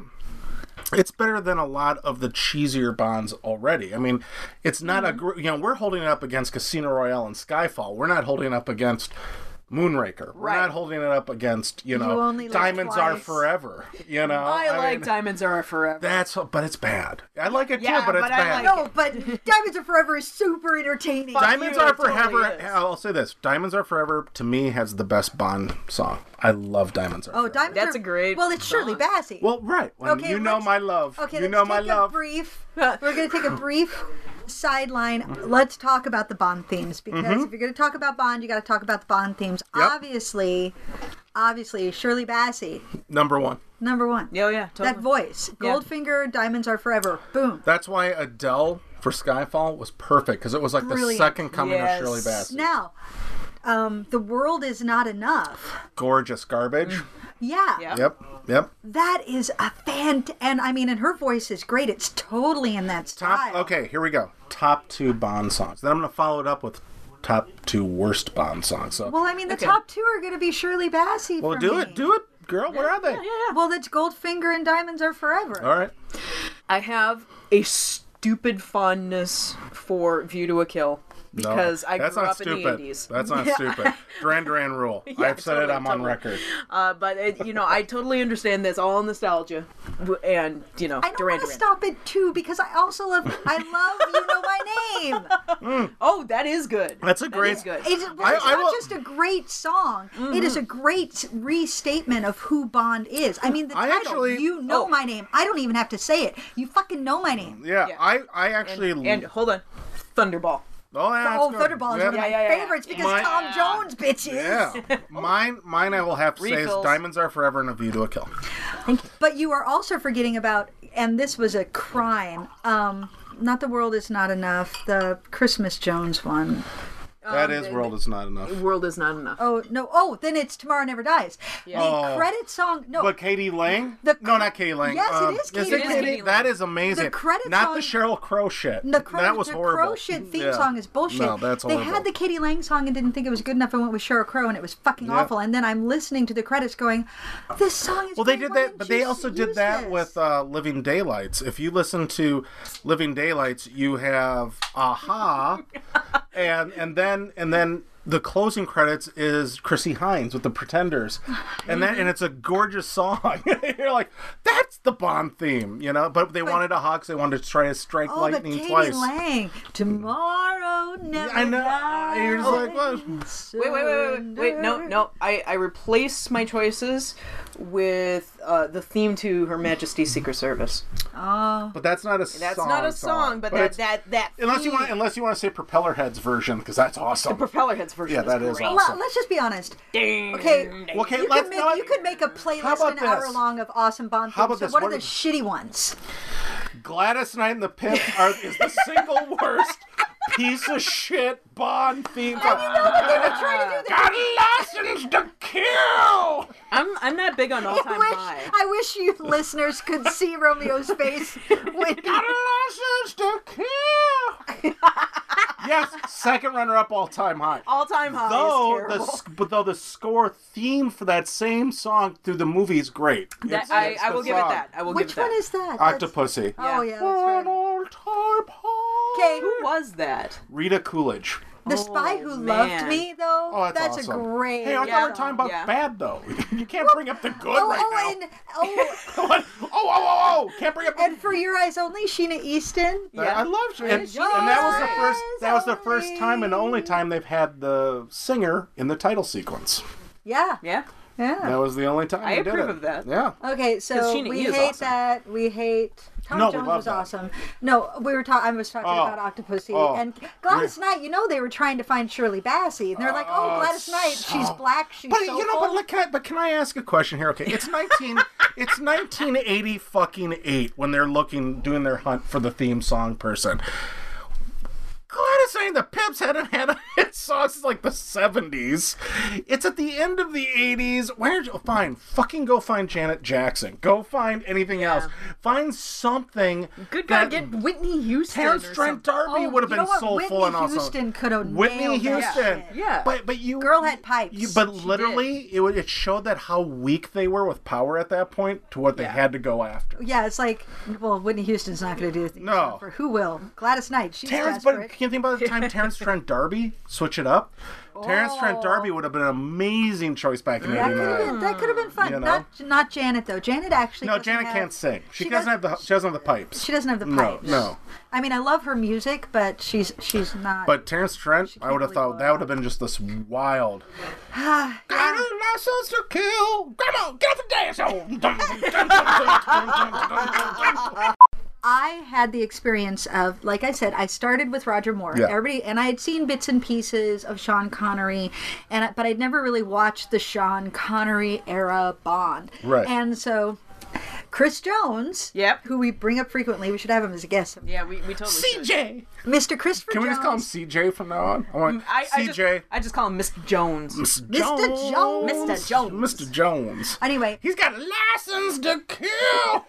S4: It's better than a lot of the cheesier bonds already. I mean, it's not
S2: Mm-hmm.
S4: a gr- you know we're holding it up against Casino Royale and Skyfall. We're not holding it up against Moonraker. We're not
S2: Right.
S4: holding it up against you know
S1: only live
S4: Diamonds Are
S1: twice.
S4: Forever. You know,
S2: i, like
S4: mean,
S2: diamonds are forever
S4: That's but it's bad. I like it
S2: Yeah,
S4: too, but it's
S2: but I
S4: bad.
S2: like
S1: No, but Diamonds Are Forever is super entertaining.
S4: Diamonds
S2: you,
S4: Are
S2: it totally
S4: Forever.
S2: is.
S4: I'll say this: Diamonds Are Forever to me has the best Bond song. I love Diamonds Are.
S1: oh,
S4: Forever.
S1: Diamonds
S2: That's
S1: Are
S2: a great
S1: Well, it's Shirley
S2: song.
S1: Bassey.
S4: Well, right. When
S1: Okay,
S4: you know
S1: let's-
S4: my love.
S1: Okay,
S4: you
S1: let's
S4: know
S1: take
S4: my
S1: a
S2: (laughs)
S4: love.
S1: brief. We're going to take a brief
S4: Mm-hmm.
S1: sideline. Let's talk about the Bond themes because if you're going to talk about Bond, you got to talk about the Bond themes.
S4: Yep.
S1: Obviously, obviously, Shirley Bassey,
S4: Number one.
S1: number one.
S2: yeah Oh, yeah totally.
S1: That voice,
S2: Yeah.
S1: Goldfinger, Diamonds Are Forever. Boom.
S4: That's why Adele for Skyfall was perfect because it was like the
S1: Brilliant.
S4: second coming
S2: Yes.
S4: of Shirley Bassey.
S1: Now, um, the world is not enough.
S4: Gorgeous garbage.
S2: Mm.
S1: Yeah.
S2: Yeah.
S4: Yep. Yep.
S1: That is a fant, and I mean, and her voice is great. It's totally in that style.
S4: Top. Okay, here we go. Top two Bond songs. Then I'm gonna follow it up with top two worst Bond songs. So
S1: Well, I mean, the
S2: Okay.
S1: top two are going to be Shirley Bassey.
S4: well,
S1: for
S4: do
S1: me.
S4: it. Do it, girl. What are they?
S1: Well, that's Goldfinger and Diamonds Are Forever.
S4: All right.
S2: i have a stupid fondness for view to a kill
S4: No,
S2: because i
S4: that's
S2: grew
S4: not
S2: up
S4: stupid.
S2: in the 80s
S4: That's
S2: (laughs)
S4: not stupid. Duran Duran rule. I've said it.
S2: totally,
S4: I'm on
S2: totally.
S4: record.
S2: uh, but it, you know i totally understand that's all nostalgia W- and you know
S1: I don't
S2: Duran
S1: want to
S2: Duran.
S1: stop it too because I also love I love
S4: (laughs)
S1: You Know My Name.
S2: oh that is good
S4: That's a great.
S2: that's good
S1: It's, well,
S4: I-
S1: it's
S4: I
S1: not
S4: will- Mm-hmm.
S1: just a great song. It is a great restatement of who Bond is. I mean, the
S4: I
S1: title,
S4: actually-
S1: you know
S2: Oh.
S1: my name. I don't even have to say it. You fucking know my name.
S4: Yeah,
S2: Yeah.
S4: I I actually.
S2: and hold on thunderball
S4: oh, yeah,
S1: oh,
S4: that's good.
S1: Thunderball is
S4: Yep.
S1: one of my
S2: Yeah, yeah, yeah.
S1: favorites because
S4: My-
S1: Tom Jones, bitches.
S4: Yeah, mine, mine. I will have to say is
S2: Refills.
S4: "Diamonds Are Forever" and "A View to a Kill."
S1: But you are also forgetting about, and this was a crime. Um, not the world is not enough. The Christmas Jones one.
S4: That is "World Is Not Enough."
S2: world is not enough
S1: Oh no! Oh, then it's Tomorrow Never Dies. The
S4: Oh.
S1: credit song. No,
S4: But Katie Lang?
S1: The-
S4: no, not Katie Lang.
S1: Yes, it is Katie
S2: Lang.
S4: That is amazing.
S1: The credits
S4: not
S1: on-
S4: the Cheryl Crow shit.
S1: The Crow,
S4: that was
S1: the
S4: horrible.
S1: Crow shit theme
S4: Yeah.
S1: song is bullshit.
S4: No, that's horrible.
S1: They had the Katie Lang song and didn't think it was good enough and went with Cheryl Crow and it was fucking awful. And then I'm listening to the credits going, this song is
S4: Well, they
S1: great.
S4: did
S1: Why
S4: that,
S1: didn't
S4: but
S1: you
S4: they also
S1: s-
S4: did
S1: use
S4: that
S1: this?"
S4: with uh, Living Daylights. If you listen to Living Daylights, you have Aha, and and then and then the closing credits is Chrissy Hines with the Pretenders, and that and it's a gorgeous song. (laughs) You're like, that's the Bond theme, you know. But they wanted a hawk. They wanted to try to strike
S1: Oh, but
S4: lightning
S1: Katie
S4: twice.
S1: Lang, tomorrow never
S4: I know. You're just like,
S1: dies."
S4: what?
S2: Wait, wait, wait, wait, wait, wait, no, no. I, I replaced my choices with uh, the theme to Her Majesty's Secret Service.
S1: Oh,
S4: But that's not a song.
S2: That's not a song, but, that,
S4: it's-
S2: that, that,
S4: Unless you
S2: theme-
S4: want, unless you want to say Propeller Heads version, because that's awesome.
S2: Propeller Heads version.
S4: yeah, that is
S2: great.
S4: awesome.
S1: Well, let's just be honest. Okay,
S4: Okay,
S1: you,
S4: let's
S1: could make,
S4: not-
S1: you could make a playlist
S4: about
S1: an hour
S4: this?
S1: long of awesome Bond
S4: How
S1: themes.
S4: about
S1: so
S4: this?
S1: What are
S4: What
S1: the
S4: are-
S1: shitty ones?
S4: Gladys Knight and the Pimp are is the single worst piece of shit Bond theme. song.
S1: They were trying to do that.
S4: Got license to kill.
S2: I'm, I'm not of big (laughs) on all
S1: I
S2: time
S1: wish,
S2: high.
S1: I wish you listeners could see Romeo's
S2: (laughs)
S1: face when
S4: license to kill.
S2: (laughs)
S4: yes, second runner-up all-time high.
S2: All time high.
S4: Though
S2: is Oh,
S4: the
S2: terrible.
S4: sc- but though the score theme for that same song through the movie is great.
S2: That-
S4: It's-
S2: I,
S4: it's
S2: I
S4: the
S2: will give it
S4: song.
S2: that. I will
S1: Which
S2: give it that.
S1: one is that? That's-
S4: Octopussy.
S1: Oh yeah,
S2: Yeah.
S1: that's right.
S4: An all-time high.
S1: Okay,
S2: Who was that?
S4: Rita Coolidge.
S1: The Spy Who Loved
S2: Oh, man.
S1: Me, though.
S4: Oh, that's,
S1: that's
S4: awesome.
S1: a great.
S4: Hey,
S2: Yeah.
S4: I thought we were talking about
S2: Yeah.
S4: bad though. (laughs) you can't bring up the good
S1: oh,
S4: right
S1: oh,
S4: now.
S1: and oh,
S4: (laughs) What? oh, oh, oh, oh! Can't bring up.
S1: and for your eyes only, Sheena Easton.
S4: (laughs) That- I love it. And, and that was the first. That was the first time and only time they've had the singer in the title sequence.
S1: Yeah,
S2: Yeah.
S1: yeah.
S4: That was the only time
S2: I
S4: they did
S2: approve
S4: it.
S2: of that.
S4: Yeah.
S1: Okay, so
S2: Sheena E
S1: we
S2: is
S1: hate
S2: awesome.
S1: that. We hate. Tom
S4: No, we
S1: Jones
S4: love
S1: was
S4: that.
S1: awesome. No, we were talking. I was talking
S4: Oh.
S1: about Octopussy
S4: Oh.
S1: and Gladys Knight. You know, they were trying to find Shirley Bassey, and they're like, "Oh, Gladys Knight, she's
S4: so-
S1: black, she's
S4: But
S1: so
S4: you know, but
S1: old."
S4: look, can I, but can I ask a question here? Okay,
S1: (laughs)
S4: it's nineteen, it's nineteen eighty fucking eight when they're looking, doing their hunt for the theme song person. Gladys saying the Pips hadn't had a hit song since like the seventies. It's at the end of the eighties. Where'd you oh, fine? Fucking go find Janet Jackson. Go find anything else. Find something.
S2: Good God,
S4: that
S2: get Whitney Houston.
S4: Terrence
S2: or
S4: Trent
S2: something.
S4: D'Arby
S1: Oh,
S4: would have
S1: you
S4: been
S1: know what?
S4: soulful
S1: Whitney
S4: and awesome.
S1: Houston could have
S4: Whitney
S1: nailed that
S4: Houston.
S1: shit.
S2: Yeah.
S4: But but you
S1: Girl had pipes.
S4: you- but literally, it would, it showed that how weak they were with power at that point to what they had to go after.
S1: Yeah, it's like, well, Whitney Houston's not going to do anything.
S4: No.
S1: For who will? Gladys Knight. She's
S4: Terrence, but
S1: desperate.
S4: can you think about the time
S1: (laughs)
S4: Terrence Trent D'Arby switch it up? Terrence
S1: Oh.
S4: Trent D'Arby would have been an amazing choice back in
S1: that could have been
S4: '89.
S1: that could have been fun.
S4: You know?
S1: Not not Janet though. Janet actually.
S4: No,
S1: doesn't
S4: Janet
S1: have-
S4: can't sing. She,
S1: she
S4: doesn't have
S1: doesn't-
S4: the she doesn't have the pipes.
S1: She doesn't have the
S4: No,
S1: pipes.
S4: no.
S1: I mean, I love her music, but she's she's not.
S4: But Terrence Trent, I
S1: can't
S4: would have
S1: really Ah,
S4: thought
S1: go
S4: that would have been just this
S1: (sighs)
S4: wild. Got a license to kill. Come on, get off the dance floor.
S1: (laughs) I had the experience of, like I said, I started with Roger Moore.
S4: Yeah.
S1: Everybody and I had seen bits and pieces of Sean Connery, and I- but I'd never really watched the Sean Connery era Bond.
S4: Right.
S1: And so, Chris Jones,
S2: Yep.
S1: who we bring up frequently, we should have him as a guest.
S2: Yeah, we, we totally should.
S4: CJ.
S1: Mr. Christopher
S4: Can we
S1: Jones.
S4: just call him CJ from now on? I want
S2: Mm, I, I just,
S4: CJ.
S2: I just call him Mr. Jones.
S4: Mr.
S1: Mr. Jones.
S2: Mr.
S4: Mr. Jones.
S2: Jones.
S4: Mr. Jones.
S1: Anyway,
S4: He's got a license to kill.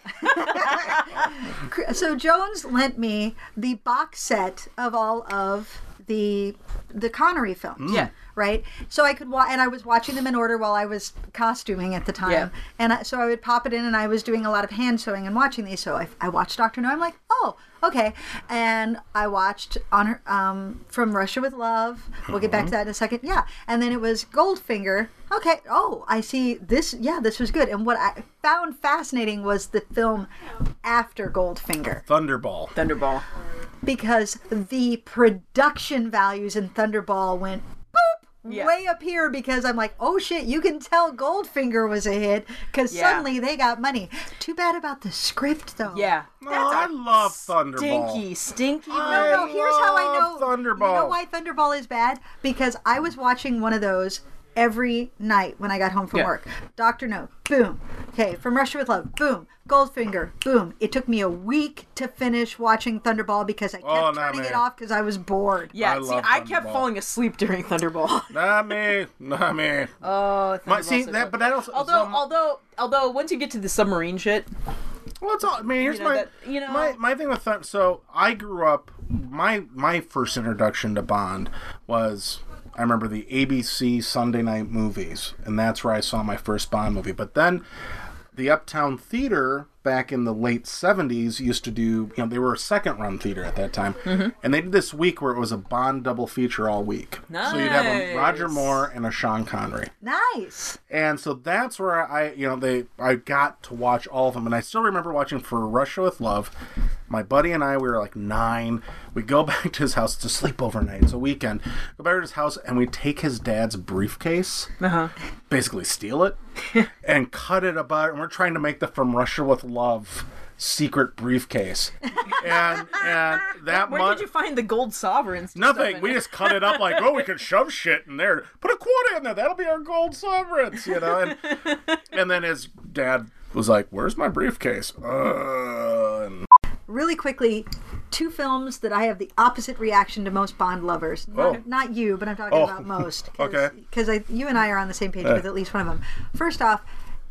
S1: so Jones lent me the box set of all of the the Connery films.
S4: Mm.
S2: Yeah.
S1: Right, so I could wa- and I was watching them in order while I was costuming at the time,
S2: Yeah.
S1: and I, so I would pop it in, and I was doing a lot of hand sewing and watching these. So I, I watched Doctor No. I'm like, oh, okay, and I watched on her, um, from Russia with Love. We'll get back to that in a second. Yeah, and then it was Goldfinger. Okay, oh, I see this. Yeah, this was good. And what I found fascinating was the film after Goldfinger
S4: Thunderball.
S2: Thunderball.
S1: because the production values in Thunderball went boop
S2: Yeah.
S1: way up here because I'm like, oh shit, you can tell Goldfinger was a hit because
S2: Yeah.
S1: suddenly they got money. Too bad about the script though.
S2: Yeah.
S4: Oh, I love Thunderball.
S2: Stinky, stinky.
S4: I
S1: No, no, here's how I know
S4: love Thunderball.
S1: You know why Thunderball is bad? Because I was watching one of those every night when I got home from
S2: Yeah.
S1: work. Doctor No, boom. Okay, from Russia with Love, boom. Goldfinger, boom. It took me a week to finish watching Thunderball because I kept
S4: Oh, not
S1: turning
S4: me.
S1: it off because I was bored.
S2: yeah,
S4: I
S2: see,
S4: love
S2: I kept
S4: Thunderball.
S2: falling asleep during
S4: (laughs)
S2: Thunderball.
S4: Not me. Not me.
S2: Oh,
S4: My- see that, but that also.
S2: although,
S4: some-
S2: although, although, once you get to the submarine shit,
S4: Well, it's all. I mean, here's
S2: know,
S4: my
S2: that- you know-
S4: my my thing with Thun- so I grew up. My my first introduction to Bond was I remember the ABC Sunday night movies, and that's where I saw my first Bond movie. But then the Uptown Theater back in the late 70s used to do, you know, they were a second run theater at that time.
S2: Mm-hmm.
S4: And they did this week where it was a Bond double feature all week. So you'd have a Roger
S2: Nice.
S4: Moore and a Sean Connery.
S1: Nice.
S4: And so that's where I, you know, they I got to watch all of them, and I still remember watching for Russia with Love. My buddy and I, we were like nine. We go (laughs) back to his house to sleep overnight. It's a weekend. Go back to his house, and we take his dad's briefcase,
S2: Uh-huh.
S4: basically steal
S2: (laughs)
S4: it, and cut it about. And we're trying to make the From Russia with Love
S2: (laughs)
S4: secret briefcase. And and that
S2: where
S4: month.
S2: did you find the gold sovereigns? to stuff
S4: Nothing.
S2: in
S4: We
S2: it?
S4: just cut it up like, oh, we could shove shit in there. Put a quarter in there. That'll be our gold sovereigns, you know.
S2: (laughs)
S4: And, and then his dad was like, "Where's my briefcase?" Uh, and-
S1: really quickly two films that I have the opposite reaction to most Bond lovers. Not,
S4: Oh.
S1: not you, but I'm talking
S4: Oh.
S1: about most.
S4: Okay. Uh.
S1: Because you and I are on the same page with at least one of them. First off,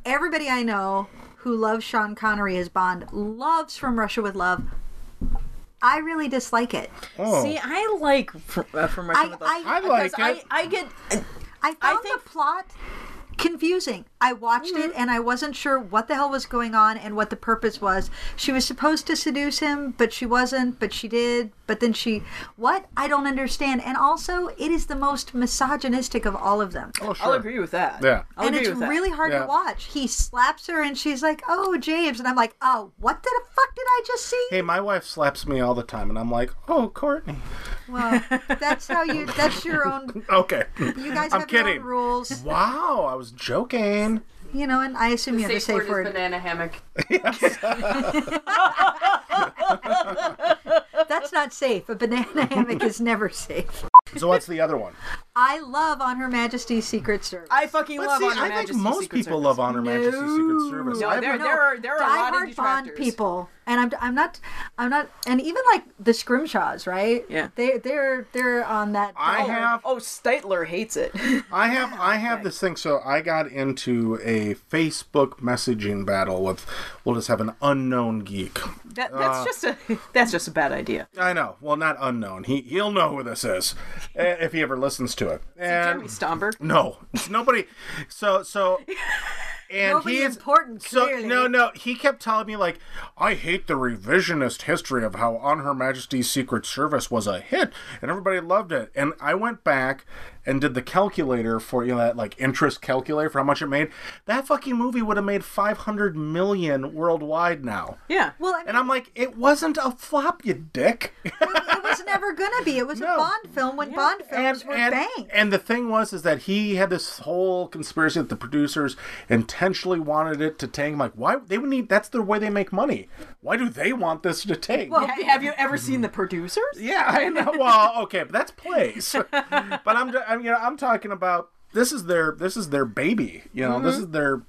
S1: everybody I know who loves Sean Connery as Bond loves From Russia with Love. I really dislike it.
S4: Oh,
S2: See, I like from, uh, from Russia
S1: I-
S2: with
S1: I-
S2: Love.
S4: I like
S2: because
S4: it.
S2: I, I get.
S1: I found
S2: think-
S1: the plot confusing. I watched it and I wasn't sure what the hell was going on and what the purpose was. She was supposed to seduce him, but she wasn't, but she did, but then she what? I don't understand. And also, it is the most misogynistic of all of them.
S4: oh,
S2: I'll
S4: sure.
S2: agree with that.
S4: Yeah.
S2: I'll
S1: and
S2: agree
S1: it's
S2: with that.
S1: really hard
S4: Yeah.
S1: to watch. He slaps her and she's like, "Oh, James." And I'm like, "Oh, what the fuck did I just
S4: (laughs)
S1: see?"
S4: Hey, my wife slaps me all the time, and I'm like, "Oh, Courtney."
S1: Well, that's how you that's your own
S4: Okay.
S1: you guys
S4: I'm
S1: have your
S4: kidding.
S1: own rules,
S4: wow, I was joking.
S1: you know, and I assume you have a
S5: Safe
S1: safe
S5: word
S1: word.
S5: is banana hammock.
S1: That's not safe. A
S4: (laughs)
S1: banana hammock is never safe.
S4: So what's the other one?
S1: I love On Her Majesty's Secret Service.
S2: I fucking
S4: But
S2: love
S4: see,
S2: Honor
S4: I
S2: Majesty's
S4: think most
S2: Secret
S4: people
S2: Service.
S4: love Honor Majesty's Secret Service.
S2: No,
S4: I
S2: there,
S1: No,
S2: there are there are a lot of
S1: diehard Bond
S2: detractors.
S1: people, and I'm I'm not I'm not, and even like the Scrimshaws, right?
S2: Yeah.
S1: they they're they're on that.
S4: I have
S2: Oh, Steitler hates it. (laughs)
S4: I have I have this thing. So I got into a Facebook messaging battle with. We'll just have an unknown geek.
S2: That, that's
S4: Uh,
S2: just a that's just a bad
S4: (laughs)
S2: idea.
S4: I know. Well, not unknown. He he'll know who this is eh, if he ever listens to it.
S2: Jeremy
S4: And
S2: Stomberg.
S4: no, nobody.
S1: (laughs)
S4: So so. And
S1: Nobody
S4: he is
S1: important,
S4: So
S1: clearly.
S4: no, no. He kept telling me like, I hate the revisionist history of how On Her Majesty's Secret Service was a hit, and everybody loved it. And I went back and did the calculator for you know that like interest calculator for how much it made. That fucking movie would have made five hundred million worldwide now.
S2: Yeah.
S1: Well, I mean,
S4: And I'm like, it wasn't a flop, you dick.
S1: it was never gonna be. It was
S4: (laughs) No.
S1: a Bond film when Bond films were
S4: and,
S1: bang.
S4: and the thing was is that he had this whole conspiracy that the producers intentionally wanted it to tank. I'm like, why they would need that's the way they make money. Why do they want this to tank?
S1: Well-
S2: Ha- have you ever seen the producers?
S4: yeah, I know. Well, okay, but that's
S1: (laughs)
S4: plays. but I'm, ju- I'm you know I'm talking about this is their this is their baby. You know this is their.
S1: Mm-hmm.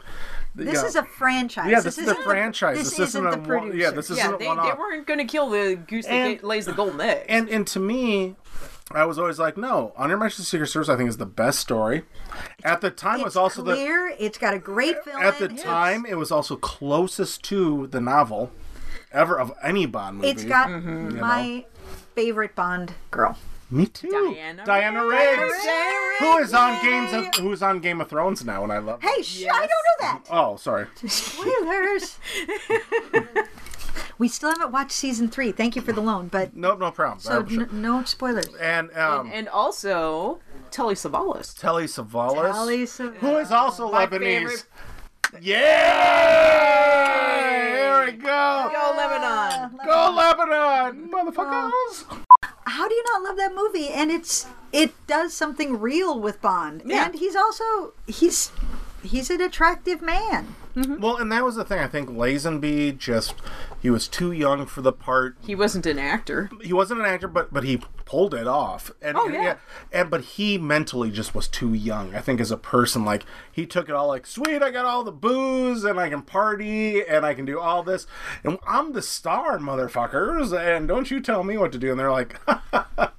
S1: This is a franchise.
S4: yeah. This, is a
S1: isn't the-
S4: franchise.
S1: This, isn't,
S4: a
S1: the producer.
S4: one, yeah. This
S2: Yeah,
S4: isn't
S2: they,
S4: one
S2: they weren't going to kill the goose that
S4: And-
S2: ga- lays the golden egg.
S4: and and to me i was always like no under majesty's secret service i think is the best story at the time it
S1: It's
S4: was also the
S1: clear. It's got a great villain.
S4: at the
S1: It's-
S4: time it was also closest to the novel ever of any bond movie Mm.
S1: it's got
S4: Mm-hmm.
S1: my favorite Bond girl.
S4: me too
S2: Diana
S4: diana
S2: Riggs.
S4: riggs who is on games of, who's on game of thrones now and i love
S1: Hey, sh- I don't know that.
S4: oh sorry
S1: Spoilers. (laughs) we still haven't watched season three. Thank you for the loan, but
S4: nope no problem
S1: so
S4: I'm sure.
S1: n- no spoilers.
S4: and um
S2: and also Telly Savalas.
S4: telly savalas
S1: Ali Sav-
S4: who is also
S2: My
S4: lebanese
S2: favorite-
S4: yeah here we
S1: Uh,
S2: Go Lebanon.
S4: Go Lebanon, motherfuckers!
S1: How do you not love that movie? And it's it does something real with Bond,
S2: Yeah.
S1: and he's also he's he's an attractive man.
S4: Well, and that was the thing. I think Lazenby just he was too young for the part.
S2: He wasn't an actor.
S4: He wasn't an actor, but but he pulled it off. And,
S2: Oh,
S4: and-
S2: yeah.
S4: and but he mentally just was too young. I think as a person, like he took it all like sweet. I got all the booze, and I can party, and I can do all this, and I'm the star, motherfuckers. And don't you tell me what to do. And they're like,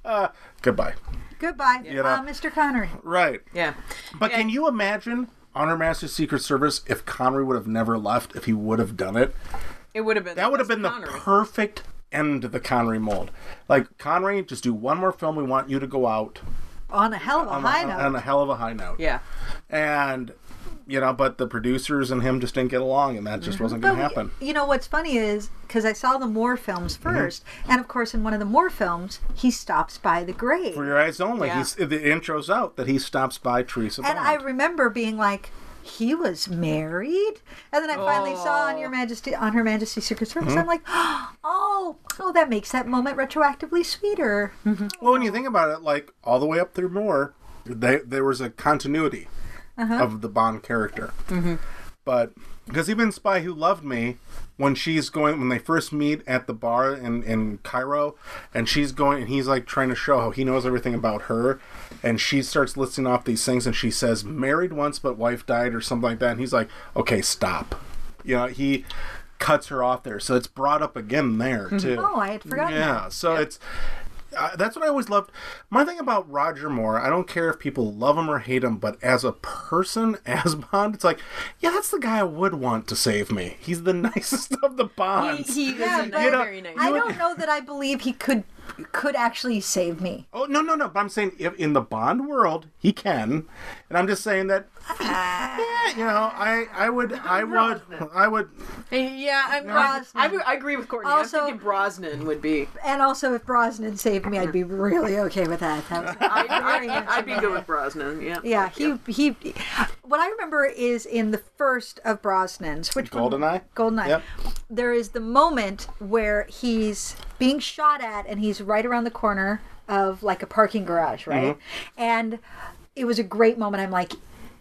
S4: (laughs) goodbye.
S1: Goodbye,
S4: know.
S1: uh, Mr. Connery.
S4: Right.
S2: Yeah.
S4: But can you imagine Honor Master's Secret Service if Connery would have never left if he would have done it?
S2: It would have been
S4: That would have been the
S2: Connery.
S4: perfect end to the Connery mold. Like Connery, just do one more film. We want you to go out
S1: On a hell of a high
S4: on,
S1: note.
S4: on a hell of a high note.
S2: Yeah.
S4: And you know, but the producers and him just didn't get along, and that just wasn't going to
S1: But
S4: happen.
S1: You know what's funny is because I saw the Moore films 1st and of course in one of the Moore films, he stops by the grave,
S4: For your eyes only.
S2: Yeah.
S4: He's the intro's out that he stops by Teresa
S1: and I
S4: Bond.
S1: remember being like, he was married, and then I finally saw
S2: Oh.
S1: on Your Majesty on Her Majesty's Secret Service.
S2: Hmm?
S1: I'm like, (gasps) oh, oh, that makes that moment retroactively sweeter.
S4: Well, when you think about it, like all the way up through Moore, they, there was a continuity of the Bond character. Mm-hmm. But because even Spy Who Loved Me, when she's going, when they first meet at the bar in, in Cairo, and she's going, and he's like trying to show how he knows everything about her, and she starts listing off these things, and she says, married once but wife died, or something like that. And he's like, okay, stop. You know, he cuts her off there. So it's brought up again there, too.
S1: Oh, I had forgotten.
S4: Yeah, so it's uh, that's what I always loved. My thing about Roger Moore, I don't care if people love him or hate him, but as a person, (laughs) as Bond, it's like, yeah, that's the guy I would want to save me. He's the (laughs) nicest of the
S2: He,
S4: Bonds.
S2: he
S1: Yeah,
S2: is a
S1: but-
S2: nice- very nice.
S1: I don't know that I believe he could could actually save me.
S4: oh no, no, no! But I'm saying if in the Bond world, he can, and I'm just saying that. yeah, you know, I, I would, I would, I would.
S2: yeah, I'm
S1: Brosnan.
S2: I, would- I agree with Courtney.
S1: Also-
S2: I'm thinking Brosnan would be.
S1: And also, if Brosnan saved me, I'd be really okay with that. That was
S2: (laughs) I,
S1: very much
S2: would be good with Brosnan. Yeah.
S1: Yeah, he he. What I remember is in the first of Brosnan's, which one-
S4: Goldeneye?
S1: Goldeneye.
S4: Yep.
S1: There is the moment where he's being shot at, and he's right around the corner of like a parking garage, right?
S4: Mm-hmm.
S1: And it was a great moment. I'm like.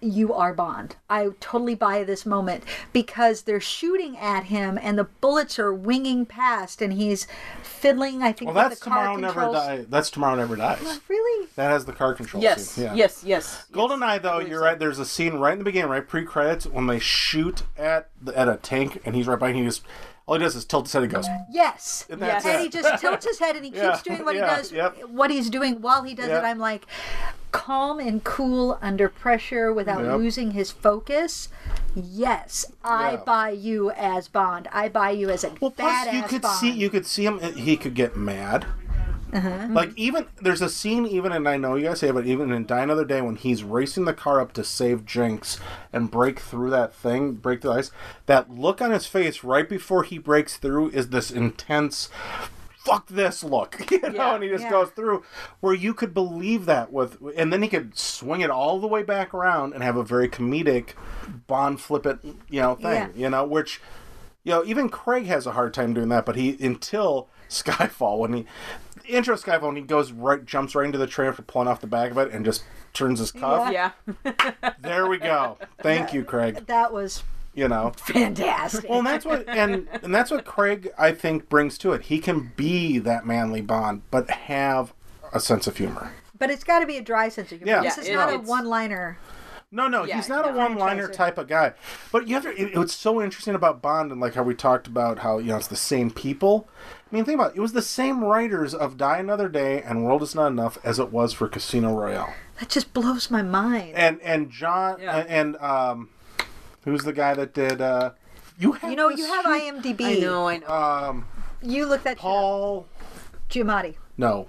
S1: You are Bond. I totally buy this moment because they're shooting at him and the bullets are winging past and he's fiddling. I think
S4: Well,
S1: with
S4: that's
S1: the car
S4: tomorrow never
S1: controls.
S4: dies. That's tomorrow never dies.
S1: Really?
S4: That has the car control.
S2: Yes,
S4: scene. Yeah.
S2: yes. Yes.
S4: GoldenEye, though, you're right. There's a scene right in the beginning, right pre credits, when they shoot at the, at a tank, and he's right behind. He just all he does is tilt his head and goes.
S1: Yes.
S4: And that's
S2: Yes.
S1: and he
S4: it. (laughs)
S1: just tilts his head and he keeps
S4: Yeah,
S1: doing what
S4: yeah,
S1: he does
S4: yep.
S1: what he's doing while he does
S4: Yeah.
S1: it i'm like calm and cool under pressure without
S4: Yep.
S1: losing his focus yes i
S4: Yeah.
S1: buy you as bond i buy you as a
S4: Well,
S1: badass
S4: plus you could
S1: bond
S4: see you could see him. uh, He could get mad.
S1: Uh-huh.
S4: Like even there's a scene even and I know you guys say it, but even in Die Another Day when he's racing the car up to save Jinx and break through that thing, break the ice. That look on his face right before he breaks through is this intense. Fuck this look, (laughs) you know,
S2: Yeah,
S4: and he just
S1: yeah.
S4: goes through where you could believe that with, and then he could swing it all the way back around and have a very comedic Bond flip it, you know, thing,
S1: Yeah.
S4: you know, which you know, even Craig has a hard time doing that, but he until Skyfall when he the intro Skyfall when he goes right jumps right into the tray after pulling off the back of it and just turns his cuff.
S2: Yeah.
S4: There we go. Thank you, Craig.
S1: that was
S4: You know.
S1: fantastic
S4: Well, and that's what and and that's what Craig I think brings to it. He can be that manly Bond, but have a sense of humor.
S1: but it's got to be a dry sense of humor
S4: Yeah.
S1: this
S4: Yeah,
S1: is
S2: it-
S1: not a
S2: it's-
S1: one liner
S4: No, no,
S2: Yeah,
S4: he's not a
S2: no.
S4: one-liner type of guy. But you have to. It, it's so interesting about Bond and like how we talked about how you know it's the same people. I mean, think about it. It was the same writers of Die Another Day and World Is Not Enough as it was for Casino Royale.
S1: that just blows my mind
S4: And and John
S2: Yeah.
S4: and um, who's the guy that did uh, you have
S1: you know
S4: this
S1: you have
S4: huge-
S1: imdb
S2: I know. I know. (laughs)
S1: you look that shit up.
S4: Paul.
S1: Giamatti.
S4: No,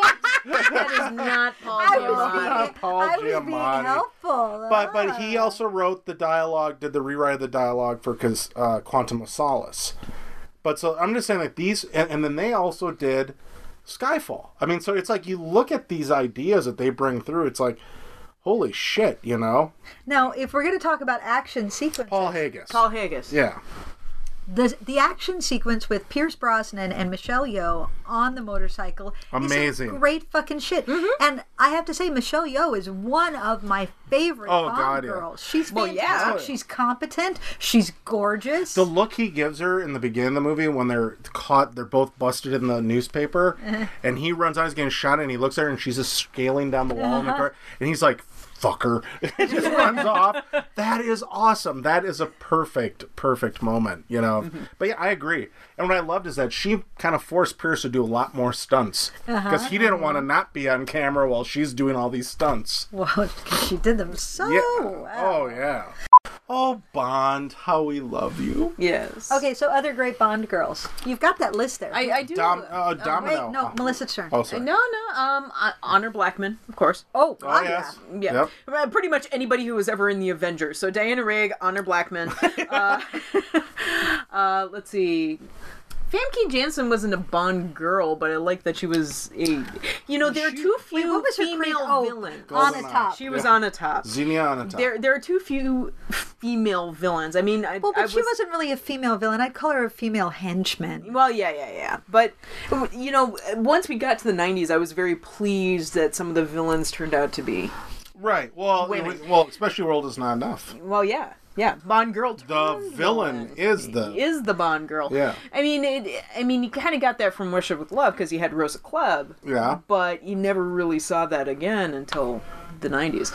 S2: that is not Paul
S1: I was
S2: Giamatti.
S1: being,
S4: Paul
S1: I was being
S4: Giamatti.
S1: helpful.
S4: but but he also wrote the dialogue, did the rewrite of the dialogue for cause, uh, Quantum of Solace. But so I'm just saying like these, and, and then they also did Skyfall. I mean, so it's like you look at these ideas that they bring through. It's like, holy shit, you know,
S1: Now, if we're going to talk about action sequences,
S4: Paul Haggis.
S2: Paul Haggis.
S4: yeah,
S1: the the action sequence with Pierce Brosnan and Michelle Yeoh on the motorcycle, is some
S4: Amazing.
S1: great fucking shit.
S2: Mm-hmm.
S1: And I have to say, Michelle Yeoh is one of my favorite
S4: Oh,
S1: Bond
S4: God, yeah.
S1: girls. She's
S2: Well, yeah.
S1: fantastic.
S4: Oh, yeah.
S1: She's competent. She's gorgeous.
S4: the look he gives her in the beginning of the movie when they're caught, they're both busted in the newspaper, and he runs out, he's getting shot, and he looks at her, and she's just scaling down the wall in the car, and he's like, "Fucker!" (laughs) and just runs off. That is awesome. That is a perfect, perfect moment, you know. But yeah, I agree. And what I loved is that she kind of forced Pierce to do a lot more stunts because he didn't want to not be on camera while she's doing all these stunts.
S1: well, she did them so
S4: Yeah.
S1: well.
S4: Oh yeah. Oh Bond, how we love you.
S2: Yes.
S1: Okay, so other great Bond girls. You've got that list there.
S2: I, I do.
S4: Dom, uh,
S1: Wait,
S4: Domino.
S1: no, Melissa Stern.
S4: Oh, sorry.
S2: no, no. Um, uh, Honor Blackman, of course.
S1: Oh,
S4: Oh,
S1: God,
S4: yes.
S2: Yeah,
S4: Yep.
S2: Uh, pretty much anybody who was ever in the Avengers. So Diana Rigg,
S1: (laughs)
S2: Honor Blackman. uh, (laughs) uh, let's see. Famke Janssen wasn't a Bond girl, but I like that she was a. You know, there are too few
S1: Wait, what was her
S2: female
S1: creed? Oh,
S2: villains.
S1: on the
S4: Goldeneye.
S1: top.
S2: She was
S4: Yeah.
S2: on a top.
S4: Xenia on the top.
S2: There, there are too few female villains. I mean, I,
S1: Well, but
S2: I
S1: she wasn't really a female villain. I'd call her a female henchman.
S2: Well, yeah, yeah, yeah. But you know, once we got to the '90s, I was very pleased that some of the villains turned out to be.
S4: Right. Well,
S2: Women.
S4: it was- well, especially World is Not Enough.
S2: Well, yeah, yeah. Bond girl.
S4: The
S2: turned
S4: villain is the.
S2: is the Bond girl.
S4: Yeah.
S2: I mean, it, I mean, you kind of got that from Russia with Love because you had Rosa Club.
S4: Yeah.
S2: But you never really saw that again until the '90s.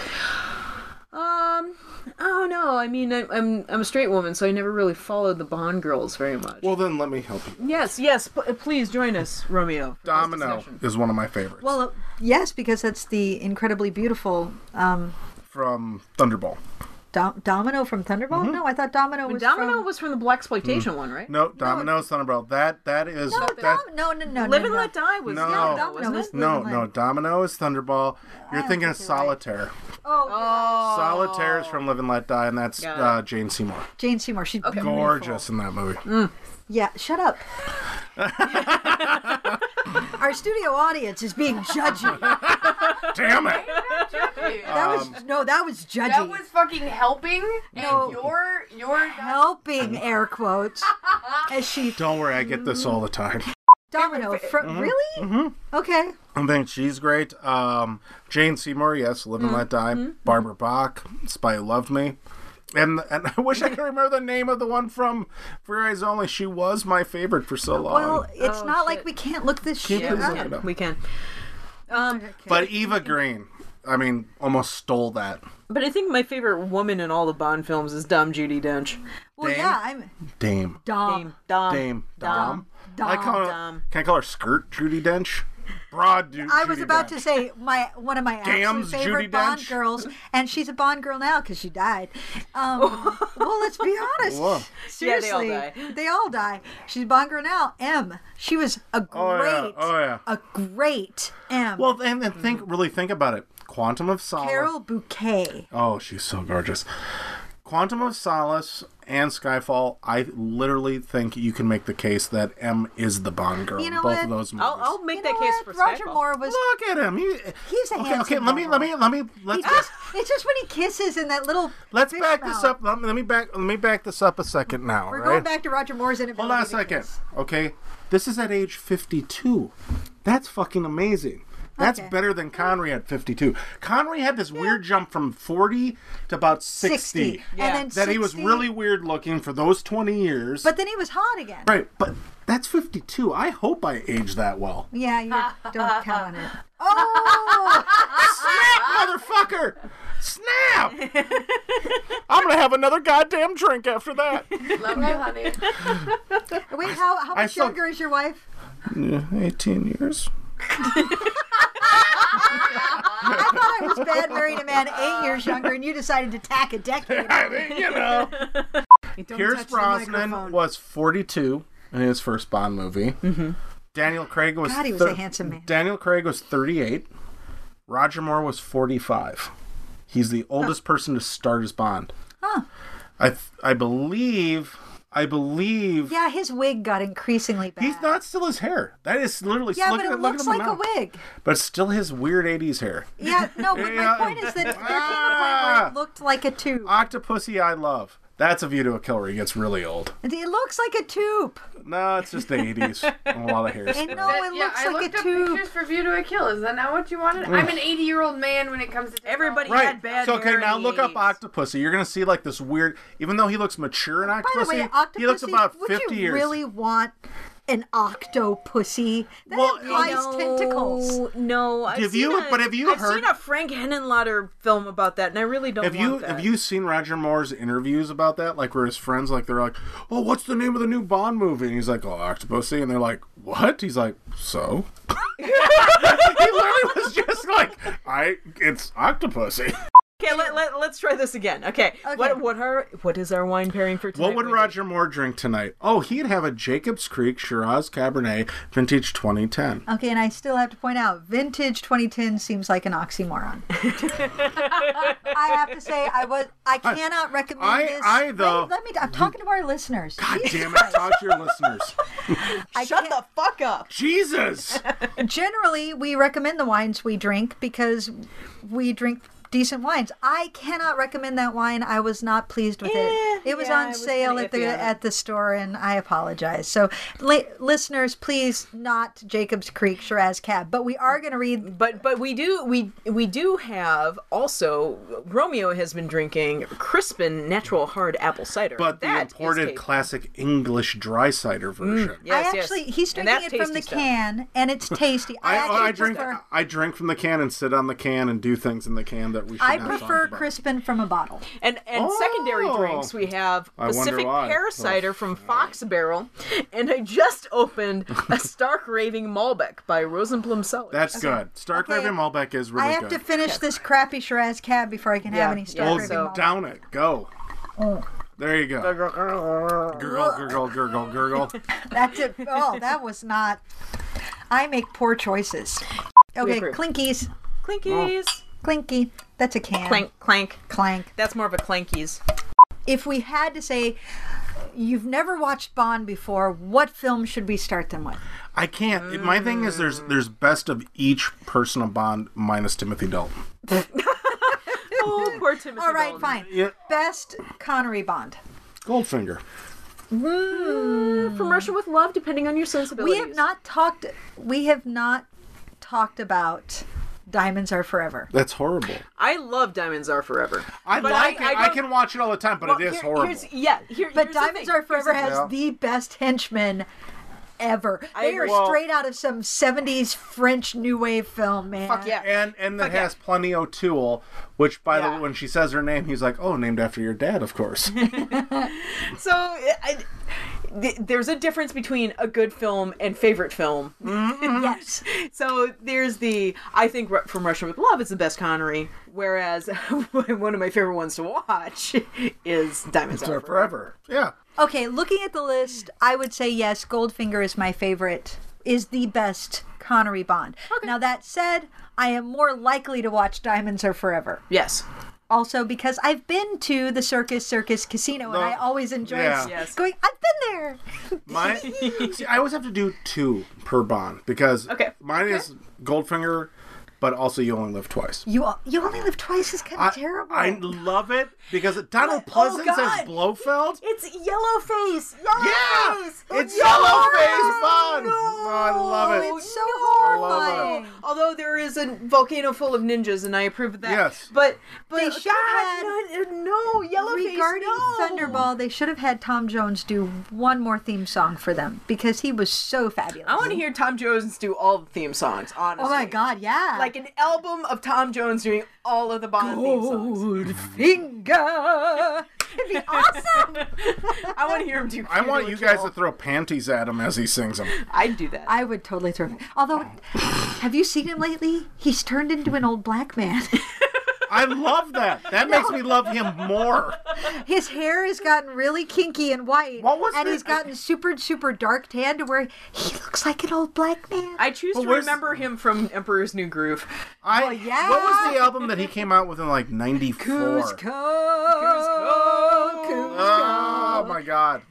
S2: Um. Oh no. I mean, I'm, I'm I'm a straight woman, so I never really followed the Bond girls very much.
S4: Well, then let me help you.
S2: yes, yes. P- please join us, Romeo. for this
S4: Domino
S2: discussion.
S4: is one of my favorites
S1: Well, uh, yes, because that's the incredibly beautiful um,
S4: from Thunderball.
S1: Dom- Domino from Thunderball.
S4: Mm-hmm.
S1: No, I thought Domino was
S2: Domino
S1: from-
S2: was from the black exploitation one, right?
S4: Hmm. No, Domino's Thunderball. That that is
S1: No,
S4: that.
S1: Oh, Dom- no, no, no, no,
S2: Live and
S1: no.
S2: Let Die was
S4: No.
S2: yeah,
S1: Domino
S2: wasn't
S1: was-
S2: it?
S4: No,
S1: Live and
S4: no,
S1: Let-
S4: Domino is Thunderball. You're thinking of Solitaire.
S1: Oh,
S4: Solitaire is from Live and Let Die, and that's
S2: Got it.
S4: uh, Jane Seymour.
S1: Jane Seymour. She's beautiful.
S4: Gorgeous in that movie.
S1: (laughs) Yeah, shut up. Our studio audience is being judgy.
S4: Damn it!
S1: That
S4: Um,
S1: was no, that was judgy.
S5: That was fucking helping. And you're you're
S1: helping air quotes as she
S4: Don't Mm-hmm. worry, I get this all the time.
S1: domino fr- really okay
S4: I think she's great. Um, Jane Seymour, yes, Live and Let Die.
S1: Mm-hmm.
S4: Barbara Bach, Spy Who Loved Me. And, and (laughs) I wish I could remember the name of the one from Free Eyes Only. She was my favorite for so long.
S1: well it's
S2: Oh,
S1: not like
S2: shit.
S1: we can't look this shit
S4: please
S1: up
S4: look it up.
S2: We can.
S4: but Eva Green, I mean, almost stole that.
S2: But I think my favorite woman in all the Bond films is Dom Judy Dench.
S1: well
S4: Dame.
S1: yeah i'm
S4: Dame.
S1: dom
S2: Dom.
S4: Dame.
S1: Dom.
S4: I call her-
S2: Dom.
S4: Can I call her Skirt Judy Dench? Broad Ju- Judy
S1: I was about
S4: Dench.
S1: to say my one of my absolute
S4: Damns
S1: favorite
S4: Judi
S1: Bond
S4: Dench.
S1: girls, and she's a Bond girl now because she died.
S2: (laughs)
S1: Um, well, let's be honest.
S4: Whoa.
S2: Yeah, they all
S1: Seriously,
S2: die.
S1: they all die. She's a Bond girl now. M. She was a great,
S4: Oh, yeah. Oh, yeah.
S1: a great M.
S4: Well, and, and think, really think about it. Quantum of Solace.
S1: Mm-hmm. Carol Bouquet.
S4: Oh, she's so gorgeous. Quantum of Solace and Skyfall, I literally think you can make the case that M is the Bond girl.
S1: You
S4: in
S1: know
S4: both
S1: what?
S4: of those movies.
S2: I'll, I'll make
S1: You
S2: that
S1: know
S2: case
S1: what?
S2: for
S1: Roger
S2: Skyfall.
S1: Moore was.
S4: Look at him. He,
S1: He's a
S4: okay,
S1: handsome
S4: okay. Let me,
S1: guy.
S4: let me, let me,
S1: He
S4: let's
S1: just,
S4: (laughs)
S1: it's just when he kisses and that little.
S4: let's
S1: fish
S4: back this
S1: mouth.
S4: up. Let me, let me back, let me back this up a second now.
S1: We're
S4: right?
S1: going back to Roger Moore's inability.
S4: Hold on a
S1: to
S4: second.
S1: kiss.
S4: Okay, this is at age fifty-two. That's fucking amazing. That's
S1: Okay.
S4: better than Connery at fifty-two. Connery had this weird jump from forty to about sixty.
S1: Sixty,
S2: Yeah.
S1: and then
S4: that he was
S1: 60,
S4: really weird looking for those 20 years.
S1: But then he was hot again.
S4: right, but that's 52. I hope I age that (laughs) well.
S1: Yeah, you don't count on
S4: (laughs)
S1: it. Oh,
S4: Motherfucker! Snap! (laughs) I'm going to have another goddamn drink after (laughs) that.
S1: (laughs)
S5: love you, honey.
S1: wait, how how
S4: I
S1: much
S4: still-
S1: younger is your wife?
S4: Yeah, 18 years.
S1: I thought I was bad marrying a man eight years younger, and you decided to tack a decade.
S4: I mean, (laughs) you know. Pierce Brosnan was 42 in his first Bond movie. Mm-hmm. Daniel Craig was.
S1: God, he was a handsome man.
S4: Daniel Craig was 38. Roger Moore was 45. He's the oldest person to start as Bond.
S1: Huh.
S4: I th- I believe I believe
S1: Yeah, his wig got increasingly bad.
S4: he's not still his hair. That is literally
S1: Yeah,
S4: look
S1: but
S4: at
S1: it
S4: look
S1: looks
S4: at him
S1: like a
S4: now.
S1: wig.
S4: But it's still his weird 80s hair.
S1: Yeah, no, but
S4: Yeah.
S1: my point is that there came a point where
S4: Ah.
S1: it looked like a tube.
S4: Octopussy I love. That's a view to a killer. He gets really old.
S1: It looks like a tube.
S4: No, it's just the
S1: (laughs)
S4: 80s. and a lot of hair.
S1: And no, it
S5: yeah,
S1: looks
S5: I
S1: like
S5: looked
S1: a
S5: up
S1: tube.
S5: pictures for View to a Kill. Is that not what you wanted? I'm an 80 year old man when it comes to
S2: Everybody
S5: technology.
S2: had
S4: Right.
S2: bad
S4: so
S2: hair
S4: okay,
S2: in
S4: now
S2: the
S4: look up
S2: 80s.
S4: Octopussy. You're gonna see like this weird. Even though he looks mature in Octopussy,
S1: By the way, octopussy.
S4: he looks about
S1: would
S4: 50
S1: you
S4: years.
S1: really want an octopussy? That
S4: Well,
S1: implies
S4: no.
S1: tentacles.
S2: No, I've
S4: Have
S2: seen
S4: you-
S2: a-
S4: but have you
S2: I've seen
S4: heard-
S2: a Frank Henenlotter film about that, and I really don't
S4: Have
S2: want
S4: you
S2: that.
S4: have you seen Roger Moore's interviews about that? Like where his friends like they're like, "Oh, what's the name of the new Bond movie?" And he's like, "Oh, Octopussy," and they're like, "What?" He's like, "So." (laughs) he literally was just like, "I, it's
S1: (laughs)
S4: Octopussy."
S2: Okay, let, let, let's try this again. Okay, what what are what is our wine pairing for tonight?
S4: What would
S2: Wendy?
S4: Roger Moore drink tonight? Oh, he'd have a Jacobs Creek Shiraz Cabernet Vintage 2010.
S1: Okay, and I still have to point out, vintage 2010 seems like an
S2: (laughs)
S1: oxymoron. I have to say, I was I cannot recommend
S4: I-
S1: this.
S4: I,
S1: Wait,
S4: though-
S1: let me. I'm talking to our listeners.
S4: God damn it! Talk to your listeners.
S1: Shut the
S2: Fuck
S1: (laughs)
S2: up.
S4: Jesus.
S1: Generally, we recommend the wines we drink because we drink decent wines. I cannot recommend that wine. I was not pleased with it. It was
S2: Eh, yeah, I
S1: on
S2: was
S1: sale
S2: pretty
S1: at the
S2: iffy on it.
S1: at the store, and I apologize. So, li- listeners, please not Jacob's Creek Shiraz Cab. But we are going to read.
S2: But but we do we we do have also Romeo has been drinking Crispin natural hard apple cider.
S4: But the
S2: That is
S4: imported
S2: cake.
S4: classic English dry
S1: Mm.
S4: cider version.
S2: Yes,
S1: I
S2: yes.
S1: actually, he's
S2: And
S1: drinking
S2: that's
S1: it from
S2: tasty
S1: the
S2: stuff.
S1: can, and it's tasty. I,
S4: I,
S1: actually
S4: I drink
S1: prefer-
S4: I drink from the can and sit on the can and do things in the can that that we should
S1: I
S4: not talk
S1: prefer
S4: about.
S1: Crispin from a bottle.
S2: And and secondary
S4: Oh.
S2: drinks, we have
S4: I wonder
S2: Pacific
S4: why. Oh,
S2: Parasider from Fox Barrel, and I just opened
S4: (laughs)
S2: a Stark Raving Malbec by Rosenblum Sellers.
S4: That's good. Stark
S1: Okay.
S4: Raven Malbec is really
S1: I have to
S4: good.
S1: finish this crappy Shiraz cab before I can
S2: Yeah.
S1: have any
S2: Yeah,
S1: Star
S4: Well,
S1: Craving
S2: so-
S1: Malt.
S4: down it. Go. There you go. Gurgle, gurgle, gurgle, gurgle.
S1: That's
S2: (laughs)
S1: it. Oh, that was not. I make poor choices. Okay,
S2: approve.
S1: clinkies.
S2: Clinkies,
S1: Clinky. That's a
S4: oh.
S1: can.
S2: clank, clank.
S1: Clank.
S2: That's more of a clankies.
S1: If we had to say, you've never watched Bond before, what film should we start them with?
S4: I can't. My thing is
S1: Mm.
S4: there's there's best of each person of Bond minus Timothy Dalton.
S2: Oh, poor Timothy.
S1: All right,
S2: Dalton.
S1: fine.
S4: Yeah.
S1: Best Connery Bond.
S4: Goldfinger.
S2: From Russia with love, depending on your
S1: We
S2: sensibilities.
S1: have not talked. We have not talked about Diamonds Are Forever.
S4: That's horrible.
S2: I love Diamonds Are Forever.
S4: I
S2: But
S4: like
S2: I-
S4: it.
S2: I
S4: I,
S2: don't-
S4: can watch it all the time, but it is
S2: Here-
S4: horrible.
S2: Here's, yeah, here,
S1: But
S2: here's the
S1: Diamonds
S2: thing.
S1: Are Forever
S4: thing.
S1: has the best henchmen ever. They are
S2: agree. Well-
S1: straight out of some 70s French New Wave film, man.
S2: Fuck yeah.
S4: (laughs) And and that
S2: Fuck yeah.
S4: has Plenty O'Toole, which by the
S2: Yeah.
S4: way, when she says her name, he's like, "Oh, named after your dad,
S2: (laughs)
S4: of course."
S2: So I, th- there's a difference between a good film and favorite film.
S1: (laughs) Yes.
S2: So there's the I think Ru- From Russia with Love is the best Connery, whereas (laughs) one of my favorite ones to watch (laughs) is Diamonds Are
S4: Or
S2: Forever.
S4: forever. Yeah.
S1: Okay, looking at the list, I would say yes, Goldfinger is my favorite, is the best Connery Bond. Now, that said, I am more likely to watch Diamonds Are Forever.
S2: Yes.
S1: Also, because I've been to the Circus Circus Casino and I
S4: The-
S1: always enjoy
S4: yeah.
S2: Yes.
S1: going, I've been there. (laughs)
S2: (laughs)
S4: My see, I always have to do two per bond because
S2: Okay.
S4: mine is Goldfinger, but also you only live twice.
S1: You, o- you only live twice is kind
S4: I,
S1: of terrible.
S4: I love it because Donald
S2: Oh,
S4: Pleasance
S2: God.
S4: as Blofeld.
S2: It's Yellowface. Yellowface.
S4: yeah, it's
S2: Yellowface.
S4: Yellowface Bond. Oh, I love it.
S1: it's so
S4: love it.
S1: horrifying.
S2: Although there is a volcano full of ninjas, and I approve of that.
S4: Yes.
S2: But but
S1: They
S2: God,
S1: should have
S2: no, no Yellowface.
S1: regarding
S2: no.
S1: Thunderball, they should have had Tom Jones do one more theme song for them because he was so fabulous.
S2: I want to hear Tom Jones do all the theme songs. Honestly.
S1: oh my god, yeah. (laughs)
S2: Like an album of Tom Jones doing all of the Bond theme songs.
S1: Goldfinger. It'd be awesome.
S2: I want to hear him do.
S4: I want you guys to
S2: Kill.
S4: throw panties at him as he sings them.
S2: I'd do that.
S1: (laughs) I would totally throw. Although, have you seen him lately? He's turned into an old black man. (laughs)
S4: I love that. That makes me love him more.
S1: His hair has gotten really kinky and white,
S4: What was
S1: and
S4: the-
S1: he's gotten super, super dark tan to where he looks like an old black man.
S2: I choose
S4: Well,
S2: to
S4: where's-
S2: remember him from Emperor's New Groove.
S4: I
S1: yeah.
S4: What was the album that he came out with in like '94?
S1: Cusco,
S4: Oh my God.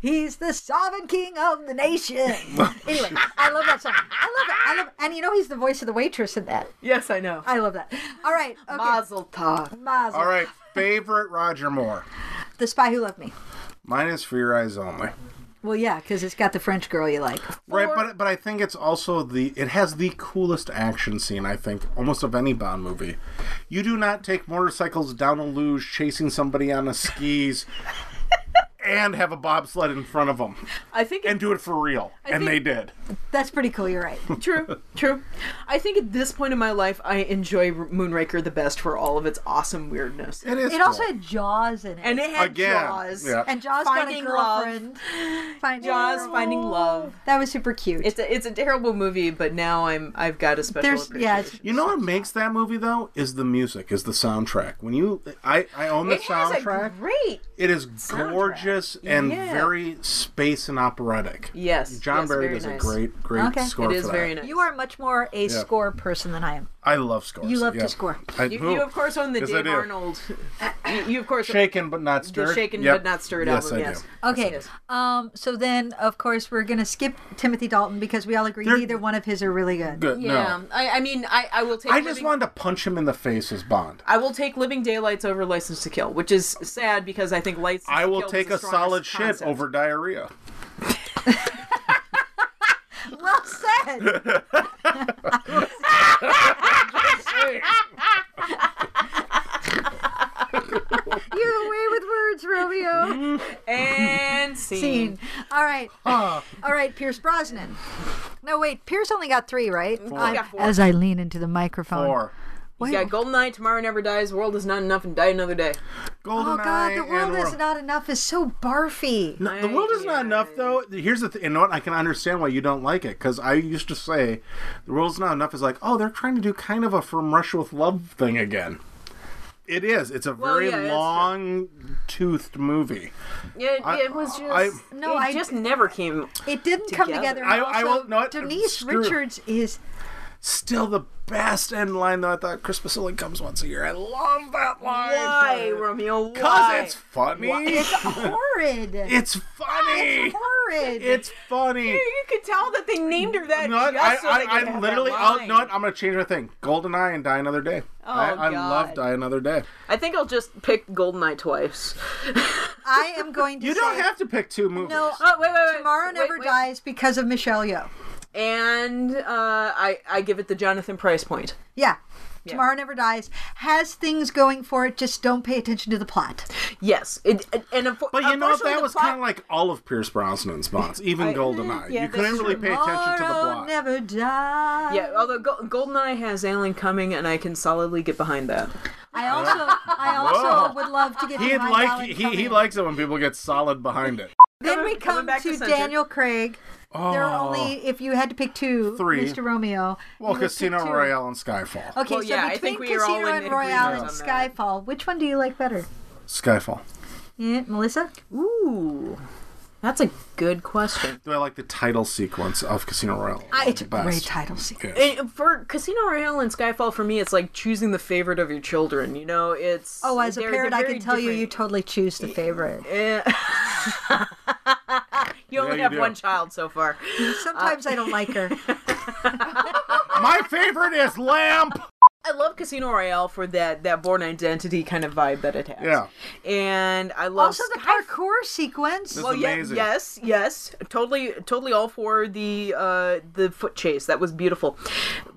S1: He's the sovereign king of the nation.
S4: (laughs)
S1: anyway, I love that song. I love it. I love, and you know he's the voice of the waitress in that.
S2: Yes, I know.
S1: I love that. All right, okay.
S2: Mazel tov.
S1: Mazel.
S4: All right, favorite Roger Moore.
S1: The Spy Who Loved Me.
S4: Mine is for your eyes only.
S1: Well, yeah, because it's got the French girl you like.
S4: Right, but but I think it's also the it has the coolest action scene I think almost of any Bond movie. You do not take motorcycles down a luge chasing somebody on a skis and have a bobsled in front of them
S2: I think
S4: and do it for real. and
S2: think-
S4: they did.
S1: That's pretty cool. You're right.
S2: True, true. I think at this point in my life, I enjoy Moonraker the best for all of its awesome weirdness.
S4: It is.
S1: It also had Jaws in it,
S2: And it had
S4: Again,
S2: Jaws.
S4: yeah.
S1: and Jaws
S2: Finding
S1: got
S2: Love.
S1: a girlfriend. Finding
S2: Jaws
S1: Love.
S2: Finding Love.
S1: That was super cute.
S2: It's a, it's a terrible movie, but now I'm I've got a special
S1: There's
S2: appreciation.
S1: yeah, it's,
S4: you know what makes that movie though is the music, is the soundtrack. When you I I own the
S2: it has a
S4: soundtrack.
S2: great
S4: It is gorgeous and
S2: Yeah.
S4: very space and operatic.
S2: yes.
S4: John
S2: yes,
S4: Barry
S2: very
S4: does
S2: nice.
S4: a great great
S1: Okay.
S4: score
S2: It is
S4: for that.
S2: very nice.
S1: you are much more a score person than I am.
S4: I love scores.
S1: You love
S4: yeah.
S1: to score.
S4: I,
S2: You, you of course own the
S4: Yes, I
S2: Dave (laughs)
S4: do.
S2: Arnold. You, you of course
S4: shaken but not stirred.
S2: the Shaken
S4: Yep.
S2: but Not Stirred
S4: yes,
S2: album.
S4: I
S2: yes.
S4: do.
S1: Okay.
S2: Yes,
S1: Um, so then, of course, we're going to skip Timothy Dalton because we all agree
S4: They're-
S1: neither one of his are really good.
S4: Good.
S2: Yeah,
S4: No.
S2: I, I mean, I, I will take.
S4: I just
S2: living,
S4: wanted to punch him in the face as Bond.
S2: I will take Living Daylights over License to Kill, which is sad because I think License.
S4: I
S2: to
S4: will
S2: Kill
S4: take
S2: is the
S4: a solid
S2: strongest
S4: shit
S2: concept.
S4: over diarrhea.
S1: Well said. You're away with words, Romeo.
S4: (laughs)
S2: and scene.
S1: Scene. All right. All right, Pierce Brosnan. No, wait. Pierce only got three, right? I-
S2: got four. Oh,
S1: As I lean into the microphone.
S4: Or
S1: Wait,
S2: Yeah, Goldeneye, Tomorrow Never Dies, World Is Not Enough, and Die Another Day.
S1: oh
S4: Goldeneye
S1: god, the world
S4: and
S1: is not enough is so barfy.
S4: No, the world is not enough, though. Here's the thing. You know what? I can understand why you don't like it because I used to say the world is not enough is like, oh, they're trying to do kind of a From Rush with Love thing again. It is. It's a
S2: Well,
S4: very
S2: yeah, it's-
S4: long-toothed movie.
S2: Yeah, it,
S4: I-
S2: it was just.
S4: I-
S1: No,
S2: it
S1: I-
S2: just never came.
S1: It didn't come
S2: Together.
S1: together.
S4: I-
S1: and
S4: I
S1: also,
S4: will not-
S1: Denise
S4: screw-
S1: Richards is
S4: Still the best end line, though. I thought Chris Basile comes once a year. I love that line.
S2: Why, Romeo? Why?
S4: Because it's funny.
S1: it's horrid.
S4: (laughs) It's funny.
S1: horrid.
S4: It's funny.
S2: You could tell that they named her that.
S4: No, I,
S2: just so
S4: I,
S2: they could
S4: I,
S2: have
S4: I
S2: that
S4: literally, I'll,
S2: line.
S4: no, I'm going to change my thing. Goldeneye and Die Another Day. Oh, I, I
S2: God.
S4: love Die Another Day.
S2: I think I'll just pick Goldeneye twice. (laughs)
S1: I am going to
S4: You
S1: say
S4: don't have to pick two movies.
S1: no
S2: Oh wait, wait, wait.
S1: Tomorrow
S2: Wait,
S1: Never
S2: wait.
S1: Dies because of Michelle Yeoh.
S2: And uh, I, I give it the Jonathan Price point.
S1: Yeah. Tomorrow Never Dies has things going for it, just don't pay attention to the plot.
S2: Yes, it, it- and unfor-
S4: But you know what?
S2: unfortunately,
S4: That
S2: the
S4: was
S2: plot-
S4: kind of like all of Pierce
S2: (laughs)
S4: Brosnan's Bonds, even Goldeneye.
S2: yeah,
S4: you couldn't
S2: that's
S4: really
S2: true.
S4: pay attention to the
S1: Tomorrow
S4: plot.
S1: Never Dies.
S2: Yeah, although Go- Goldeneye has Alan Cumming, and I can solidly get behind that.
S1: I also I
S4: (laughs)
S1: also would love to get
S4: He
S1: behind
S4: like
S1: Alan
S4: he, he
S1: Cumming.
S4: likes it when people get solid
S2: (laughs)
S4: behind it.
S1: Then we
S2: Coming
S1: come
S2: back
S1: to
S2: to center.
S1: Daniel Craig.
S4: Oh,
S1: There are only if you had to pick two,
S4: Three.
S1: Mr. Romeo.
S4: well,
S1: you would pick
S4: Casino
S1: two.
S4: Royale and Skyfall.
S1: Okay, so
S2: Well, yeah, I
S1: between
S2: think we are all
S1: Casino
S2: in
S1: and Royale and
S2: agreement on that.
S1: Skyfall, which one do you like better?
S4: Skyfall.
S1: Yeah, Melissa?
S2: Ooh, that's a good question.
S4: Do I like the title sequence of Casino Royale?
S1: It's a
S4: Best.
S1: great title sequence.
S2: And Eh, for Casino Royale and Skyfall, for me, it's like choosing the favorite of your children. You know, it's
S1: Oh, as a
S2: they're-
S1: parent,
S2: they're
S1: I
S2: very
S1: can tell you, you
S2: different.
S1: totally choose the favorite.
S2: Eh. you only
S4: you
S2: have
S4: do.
S2: one child so far.
S1: Sometimes I don't like
S2: (laughs)
S1: her.
S4: My favorite is Lamp.
S2: I love Casino Royale for that that Born Identity kind of vibe that it has.
S4: Yeah.
S2: and I love
S1: Also, the
S2: Skyfall.
S1: parkour sequence.
S4: Well, It's
S2: yeah,
S4: amazing.
S2: yes, yes, totally, totally all for the uh, the foot chase. That was beautiful.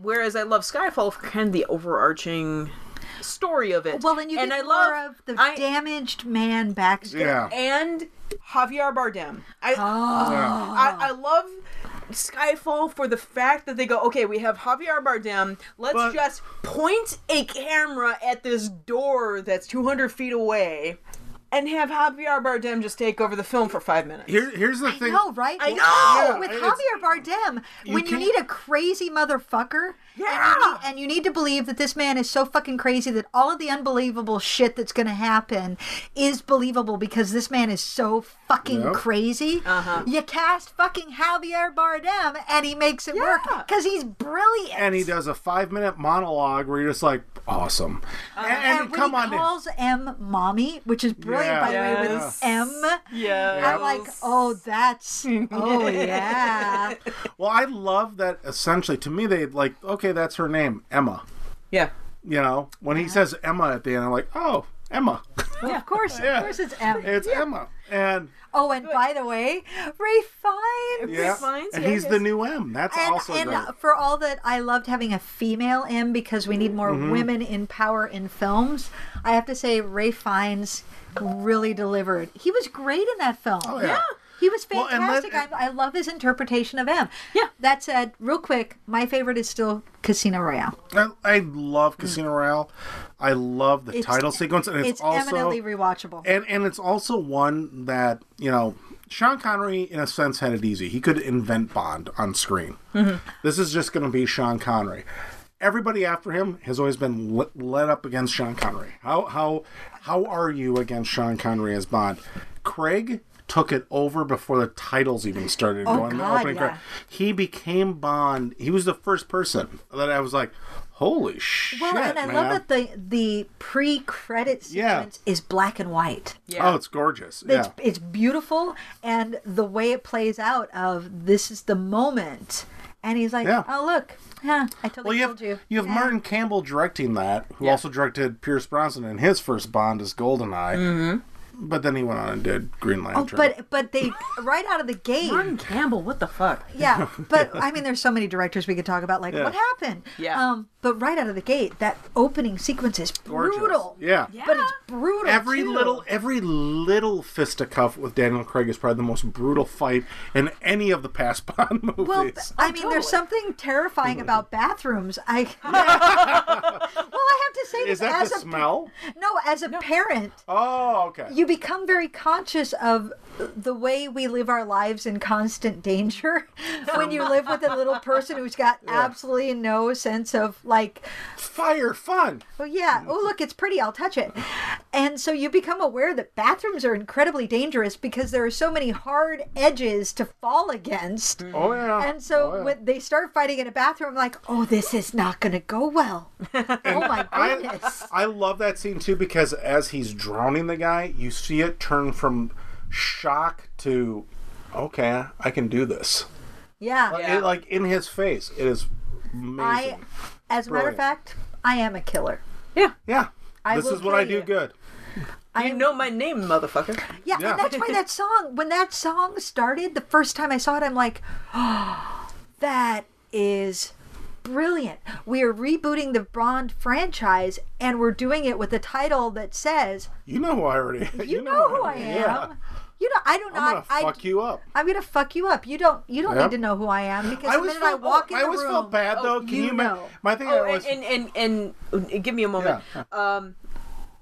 S2: Whereas I love Skyfall for kind of the overarching story of it.
S1: Well, and you get
S2: I
S1: more
S2: love
S1: of the
S2: I-
S1: damaged man backstory.
S4: Yeah.
S2: and Javier Bardem. I,
S1: Oh.
S2: I I love Skyfall for the fact that they go, okay, we have Javier Bardem. Let's
S4: But-
S2: just point a camera at this door that's 200 feet away. And have Javier Bardem just take over the film for five minutes.
S4: Here, here's the
S1: I
S4: thing.
S1: know, right?
S2: I
S1: Well,
S2: know!
S1: With
S4: It's-
S1: Javier Bardem,
S4: you
S1: when you
S4: can't-
S1: need a crazy motherfucker,
S2: Yeah.
S1: and, you need, and you need to believe that this man is so fucking crazy that all of the unbelievable shit that's going to happen is believable because this man is so fucking
S4: Yep.
S1: crazy. Uh-huh. You cast fucking Javier Bardem, and he makes it work
S2: Yeah.
S1: because he's brilliant.
S4: And he does a five minute monologue where you're just like, awesome.
S1: Uh,
S4: and and
S1: when
S4: come
S1: he
S4: on. in.
S1: calls M mommy, which is brilliant by the way, with
S2: Yes.
S1: M.
S2: Yeah.
S1: I'm like, oh, that's
S2: (laughs)
S1: oh yeah.
S4: Well, I love that essentially to me they like, okay, that's her name, Emma.
S2: Yeah.
S4: You know, when he says Emma at the end, I'm like, oh, Emma. (laughs)
S1: Of course, of course, it's M.
S4: It's Emma. And
S1: Oh, and by the way, Ray Fiennes.
S4: yeah,
S2: Fines,
S4: and
S2: yeah,
S4: he's the
S2: yes.
S4: new M. That's
S1: And,
S4: also
S1: and uh,
S4: great.
S1: for all that, I loved having a female M because we need more
S4: Mm-hmm.
S1: women in power in films. I have to say, Ray Fiennes really delivered. He was great in that film.
S4: Oh, yeah. Yeah.
S1: He was
S4: Well, and let-
S1: fantastic. I, I love his interpretation of M.
S2: Yeah.
S1: That said, real quick, my favorite is still Casino Royale.
S4: I, I love Casino Royale. I love the
S1: It's-
S4: title sequence, and it's,
S1: It's
S4: also
S1: eminently rewatchable.
S4: and and it's also one that you know Sean Connery in a sense had it easy. He could invent Bond on screen.
S1: Mm-hmm.
S4: This is just going to be Sean Connery. Everybody after him has always been le- led up against Sean Connery. How how how are you against Sean Connery as Bond? Craig took it over before the titles even started
S1: Oh,
S4: going. the
S1: God,
S4: opening
S1: yeah.
S4: credit. He became Bond. He was the first person that I was like, "Holy shit!"
S1: well, and I
S4: man.
S1: love that the the pre-credit
S4: Yeah.
S1: sequence is black and white.
S4: Oh, it's gorgeous.
S1: it's
S4: yeah.
S1: it's beautiful and the way it plays out of this is the moment and he's like
S4: Yeah.
S1: oh look huh, i totally
S4: Well, you
S1: told
S4: have
S1: you
S4: you, have Martin Campbell directing that, who also directed Pierce Brosnan in his first Bond as Goldeneye. but then he went on and did Green Lantern.
S1: Mm-hmm. Oh, But but they (laughs) right out of the gate.
S2: Martin Campbell, what the fuck?
S1: Yeah, but I mean, there's so many directors we could talk about. Like,
S4: Yeah.
S1: what happened?
S2: Yeah.
S1: Um, but right out of the gate, that opening sequence is
S4: Gorgeous.
S1: brutal.
S4: Yeah.
S1: But it's brutal.
S4: Every
S1: too.
S4: little every little fisticuff with Daniel Craig is probably the most brutal fight in any of the past (laughs) Bond movies.
S1: Well, I mean, there's something terrifying about bathrooms. I
S4: (laughs)
S1: (laughs) well, I have to say
S4: is
S1: this
S4: that
S1: as
S4: the
S1: a
S4: smell?
S1: no, as a parent,
S4: Oh, okay.
S1: you become very conscious of the way we live our lives in constant danger (laughs) when you live with a little person who's got
S4: (laughs)
S1: absolutely no sense of like
S4: Fire fun.
S1: oh yeah oh look it's pretty i'll touch it and so you become aware that bathrooms are incredibly dangerous because there are so many hard edges to fall against
S4: Oh yeah.
S1: and so
S4: Oh, yeah.
S1: when they start fighting in a bathroom like oh this is not gonna go
S4: (laughs)
S1: well oh my goodness
S4: I love that scene too because as he's drowning the guy, you see it turn from shock to okay, I can do this.
S1: yeah,
S4: It- like in his face. It is amazing.
S1: i as a matter
S4: Brilliant.
S1: of fact i am a killer
S4: yeah.
S1: I
S4: this
S1: will
S4: is what I
S1: kill
S4: do
S1: you.
S4: good.
S2: You know my name, motherfucker.
S1: Yeah,
S4: Yeah.
S1: and that's why that song, when that song started, the first time I saw it, I'm like, (gasps) oh, that is brilliant. We are rebooting the Bond franchise, and we're doing it with a title that says,
S4: You know who I already (laughs)
S1: "You, know, who I am."
S4: Yeah.
S1: You know, I do
S4: I'm gonna
S1: not. I,
S4: fuck you up.
S1: I'm gonna fuck you up. You don't. You don't
S4: Yep.
S1: need to know who I am because
S4: I
S1: the
S4: always
S1: minute
S4: felt,
S1: I walk in
S4: I
S1: the
S4: always
S1: room,
S4: felt bad though.
S1: oh,
S4: Can
S1: you
S4: you, ma-
S1: know.
S4: my thing I
S2: Oh,
S4: always
S2: and, and, and, and uh, give me a moment.
S4: Yeah.
S2: Um,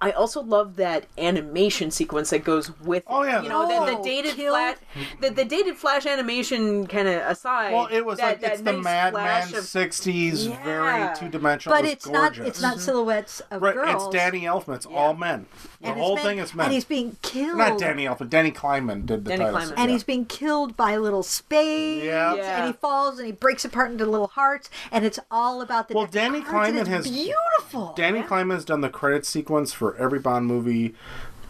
S2: I also love that animation sequence that goes with.
S4: Oh, yeah.
S2: it. you know the,
S1: Oh,
S2: the dated
S1: killed.
S2: flash, the, the dated flash animation kind of aside.
S4: well, it was
S2: that,
S4: like
S2: that
S4: it's the
S2: nice
S4: Mad
S2: flash
S4: Men
S2: of
S4: '60s,
S2: Yeah.
S4: very two-dimensional.
S1: But
S4: was
S1: it's
S4: gorgeous. Mm-hmm.
S1: not. It's not silhouettes of
S4: Right,
S1: girls.
S4: it's Danny Elfman. It's all men. The
S1: and it's
S4: whole
S1: men,
S4: thing is men.
S1: And he's being killed.
S4: not Danny Elfman. Danny Kleinman did the
S2: Danny
S4: title.
S2: Kleinman.
S4: scene,
S1: and
S4: yeah.
S1: he's being killed by little spades.
S4: Yeah.
S2: Yeah.
S1: And he falls and he breaks apart into little hearts, and it's all about the.
S4: Well,
S1: different
S4: Danny
S1: cards, and
S4: Kleinman
S1: it's
S4: has-
S1: beautiful.
S4: Danny Kleinman's done the credit sequence for every Bond movie,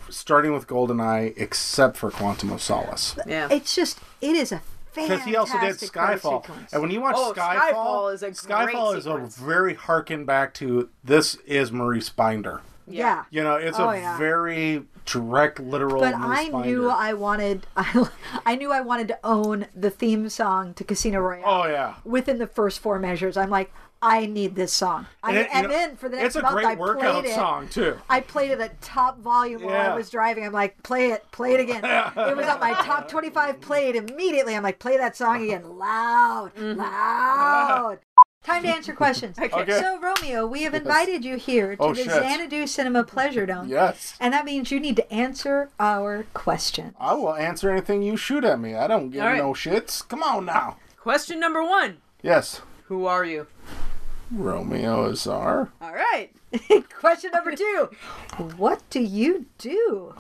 S4: starting with GoldenEye, except for Quantum of Solace.
S2: yeah.
S1: It's just it is a
S4: Because
S1: fantastic.
S4: he also did
S1: card
S4: Skyfall,
S1: sequence.
S4: and when you watch
S2: Oh,
S4: Skyfall,
S2: Skyfall is a great
S4: Skyfall is
S2: sequence.
S4: a very harken back to this is Maurice Binder.
S1: yeah.
S4: You know, it's
S1: Oh,
S4: a
S1: yeah.
S4: very direct, literal.
S1: But
S4: Maurice
S1: I knew
S4: Binder.
S1: I wanted, (laughs) I, knew I wanted to own the theme song to Casino Royale.
S4: Oh yeah.
S1: Within the first four measures, I'm like, I need this song. I
S4: And it- you
S1: am
S4: know,
S1: in for the next
S4: It's a
S1: month. I
S4: great
S1: played
S4: workout
S1: it.
S4: song too.
S1: I played it at top volume while
S4: Yeah.
S1: I was driving. I'm like, play it, play it
S4: (laughs)
S1: again. it was on my top 25 played immediately. I'm like, play that song again, loud, loud. Time to answer questions.
S4: Okay.
S1: So, Romeo, we have invited you here to
S4: Oh,
S1: the
S4: shit.
S1: Xanadu Cinema Pleasure Dome.
S4: Yes.
S1: And that means you need to answer our
S4: (laughs)
S1: question.
S4: I will answer anything you shoot at me. I don't give
S2: All right.
S4: no shits. Come on now.
S2: Question number one:
S4: Yes.
S2: Who are you?
S4: Romeo is our.
S2: All right.
S1: question number two What do you do?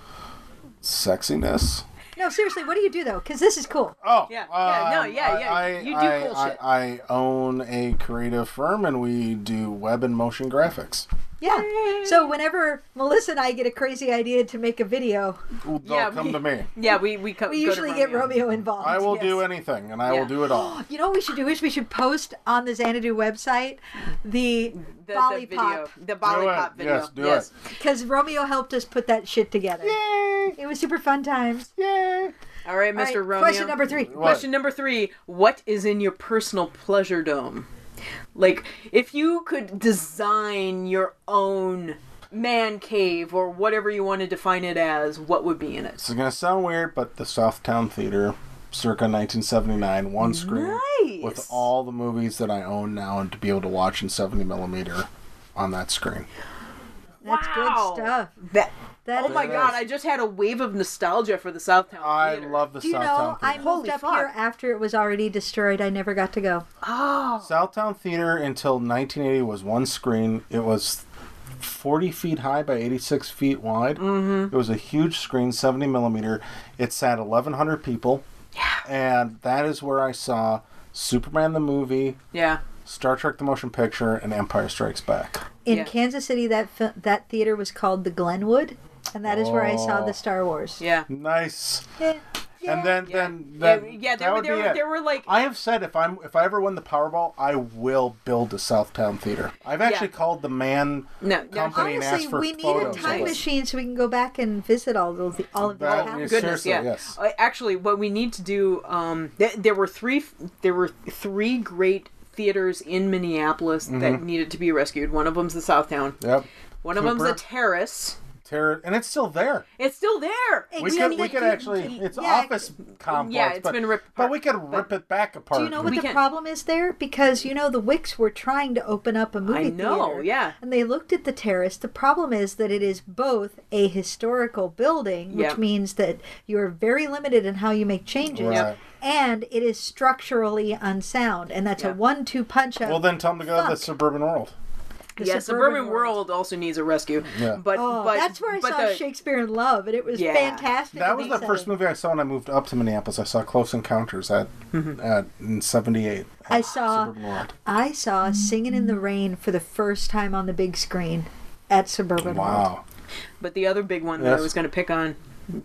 S4: Sexiness.
S1: No, seriously, what do you do though? Because this is cool.
S4: Oh.
S2: Yeah, yeah, no,
S4: um,
S2: yeah, yeah.
S4: I,
S2: You do
S4: I,
S2: cool
S4: I,
S2: shit.
S4: I own a creative firm and we do web and motion graphics.
S1: Yeah. So, whenever Melissa and I get a crazy idea to make a video,
S4: Ooh, They'll
S2: Yeah,
S4: come
S2: we- (laughs)
S4: to me.
S2: Yeah, we we, co-
S1: We
S2: go to
S1: usually get Romeo involved.
S4: I will do
S1: yes.
S4: anything and I
S2: Yeah.
S4: will do
S2: (gasps)
S4: it all.
S1: You know what we should do is we should post on the Xanadu website the,
S2: The, the video,
S1: Bollipop
S2: the Bollipop
S4: it.
S2: video.
S4: Yes, do it.
S1: because Romeo helped us put that shit together.
S4: Yay!
S1: It was super fun times.
S4: Yay!
S2: All right, Mr.
S1: All right,
S2: Romeo.
S1: Question number three.
S2: Question number three: What is in your personal pleasure dome? Like, if you could design your own man cave or whatever you want to define it as, what would be in it?
S4: It's gonna sound weird, but the Southtown Theater, circa 1979, one screen
S2: Nice.
S4: with all the movies that I own now, and to be able to watch in 70 millimeter on that screen.
S1: That's
S2: Wow.
S1: good stuff.
S2: That.
S1: That
S2: Oh my
S1: is-
S2: God! I just had a wave of nostalgia for the Southtown
S4: I
S2: Theater.
S4: love the
S1: Do you know
S4: Southtown
S1: I
S4: Theater.
S1: moved
S2: Holy
S1: up
S2: fuck.
S1: here after it was already destroyed? I never got to go.
S2: Oh,
S4: Southtown Theater until 1980 was one screen. It was 40 feet high by 86 feet wide. Mm-hmm. It was a huge screen, 70 millimeter. It sat 1,100 people. Yeah. And that is where I saw Superman the movie,
S2: yeah.
S4: Star Trek the motion picture, and Empire Strikes Back.
S1: In
S2: Yeah.
S1: Kansas City, that fil- that
S4: Oh.
S1: theater was called the Glenwood, and that is where I saw the Star Wars.
S2: Yeah.
S4: Nice.
S1: Yeah.
S4: and then then,
S2: Yeah,
S4: then
S2: yeah, there
S4: that
S2: were-
S4: would
S2: there
S4: be
S2: were-
S4: it.
S2: there were, like-
S4: I have said if I'm if I ever win the Powerball, I will build a Southtown theater. I've actually called the man
S2: No, no.
S4: company and
S1: Honestly,
S4: asked for
S1: we need a
S4: photos.
S1: time
S4: of it.
S1: machine so we can go back and visit all those all of the
S4: That
S1: houses.
S4: is-
S2: Goodness,
S4: Seriously,
S2: yeah.
S4: yes.
S2: Uh, actually, what we need to do, um, th- there were three, there were three great theaters in Minneapolis
S4: Mm-hmm.
S2: that needed to be rescued. One of them's the Southtown.
S4: Yep.
S2: One of them's the
S4: Cooper.
S2: terrace.
S4: Terror, and it's still there.
S2: It's still there.
S4: We
S1: Yeah,
S4: could, we
S1: like,
S4: could
S1: do-
S4: actually.
S1: do-
S4: It's
S1: yeah,
S4: office complex.
S2: yeah, it's
S4: but,
S2: been ripped
S4: But
S2: apart,
S4: we could rip it back apart.
S1: Do you know what
S2: We
S1: the
S2: can't-
S1: problem is there? Because you know the Wicks were trying to open up a movie
S2: I know,
S1: theater,
S2: yeah.
S1: and they looked at the terrace. The problem is that it is both a historical building, which
S2: Yep.
S1: means that you are very limited in how you make changes,
S4: Right.
S1: and it is structurally unsound, and that's
S2: Yeah.
S1: a one-two punch of
S4: Well, then tell them to go to the
S1: Fuck.
S4: suburban world.
S1: the
S2: yeah, suburban world. also needs a rescue.
S4: Yeah.
S2: But
S1: Oh,
S2: but
S1: that's where I
S2: but
S1: saw
S2: the-
S1: Shakespeare in Love, and it was
S2: Yeah.
S1: fantastic.
S4: That
S1: and
S4: was
S1: they
S4: the
S1: said
S4: first
S1: it.
S4: movie I saw when I moved up to Minneapolis. I saw Close Encounters at, at in '78.
S1: Mm-hmm. I saw-
S4: Suburban World.
S1: I saw Singing in the Rain for the first time on the big screen at Suburban World.
S4: Wow,
S2: But the other big one that
S4: Yes.
S2: I was going to pick on,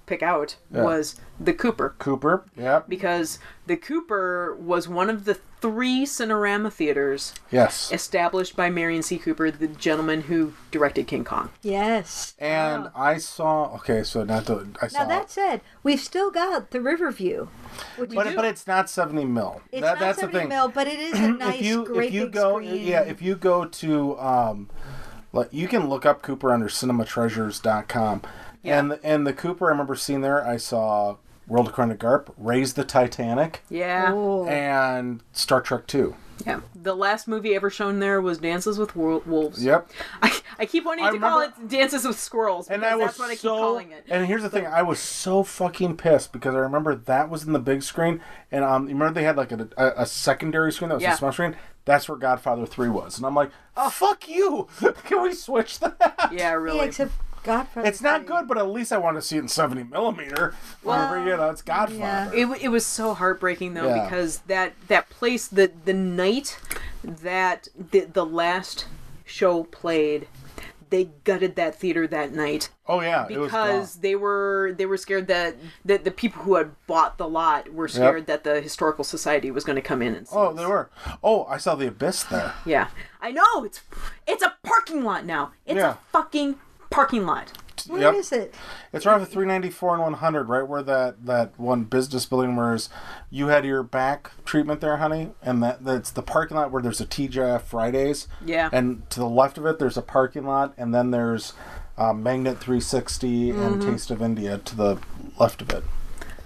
S2: pick out was the Cooper
S4: Cooper. Yep.
S2: because the Cooper was one of the three Cinerama theaters
S4: Yes.
S2: established by Marion C. Cooper, the gentleman who directed King Kong.
S1: Yes.
S4: And I saw. Okay, so not the. I saw.
S1: Oh. Now that said, we've still got the Riverview. Which
S4: but,
S1: is-
S4: but it's not seventy mil.
S1: it's
S4: that,
S1: not
S4: that's the
S1: 70
S4: thing.
S1: mil, but it is a nice,
S4: (clears throat) if you
S1: great
S4: if you
S1: big
S4: go
S1: screen.
S4: yeah if you go to um like you can look up cooper under cinematreasures.com
S2: Yeah.
S4: and and the cooper i remember seeing there i saw world according to garp raise the titanic
S2: Yeah,
S1: Oh.
S4: and star trek 2
S2: yeah. The last movie ever shown there was Dances with Wol- Wolves.
S4: yep
S2: (laughs) I, I keep wanting
S4: I
S2: to call
S4: remember-
S2: it Dances with Squirrels,
S4: and
S2: because
S4: i was
S2: that's what I keep
S4: so
S2: calling it.
S4: and here's the thing i was so fucking pissed because i remember that was in the big screen and um you remember they had like a, a, a secondary screen that was
S2: Yeah. Oh.
S4: a small screen that's where godfather 3 was and i'm like fuck you (laughs) can we switch that
S2: yeah, really.
S1: Yeah, except Godfather.
S4: It's not
S1: three.
S4: good, but at least I want to see it in 70 millimeter. Whatever, you know, it's Godfather.
S1: yeah.
S2: It, w- it was so heartbreaking though
S4: Yeah.
S2: because that that place the the night that the, the last show played they gutted that theater that night
S4: oh, yeah. it was
S2: because
S4: gone.
S2: they were they were scared that, that the people who had bought the lot were scared that the historical society was going to come in and see
S4: Oh,
S2: us.
S4: they were. Oh, I saw the abyss there.
S2: yeah i know it's it's a parking lot now it's
S4: Yeah.
S2: a fucking parking lot
S1: Where
S4: yep.
S1: is it?
S4: It's right off the 394 and 100, right where that, that one business building was. You had your back treatment there, honey, and that that's the parking lot where there's a TGI Fridays.
S2: Yeah.
S4: And to the left of it, there's a parking lot, and then there's uh, Magnet 360 and
S2: Mm-hmm.
S4: Taste of India to the left of it.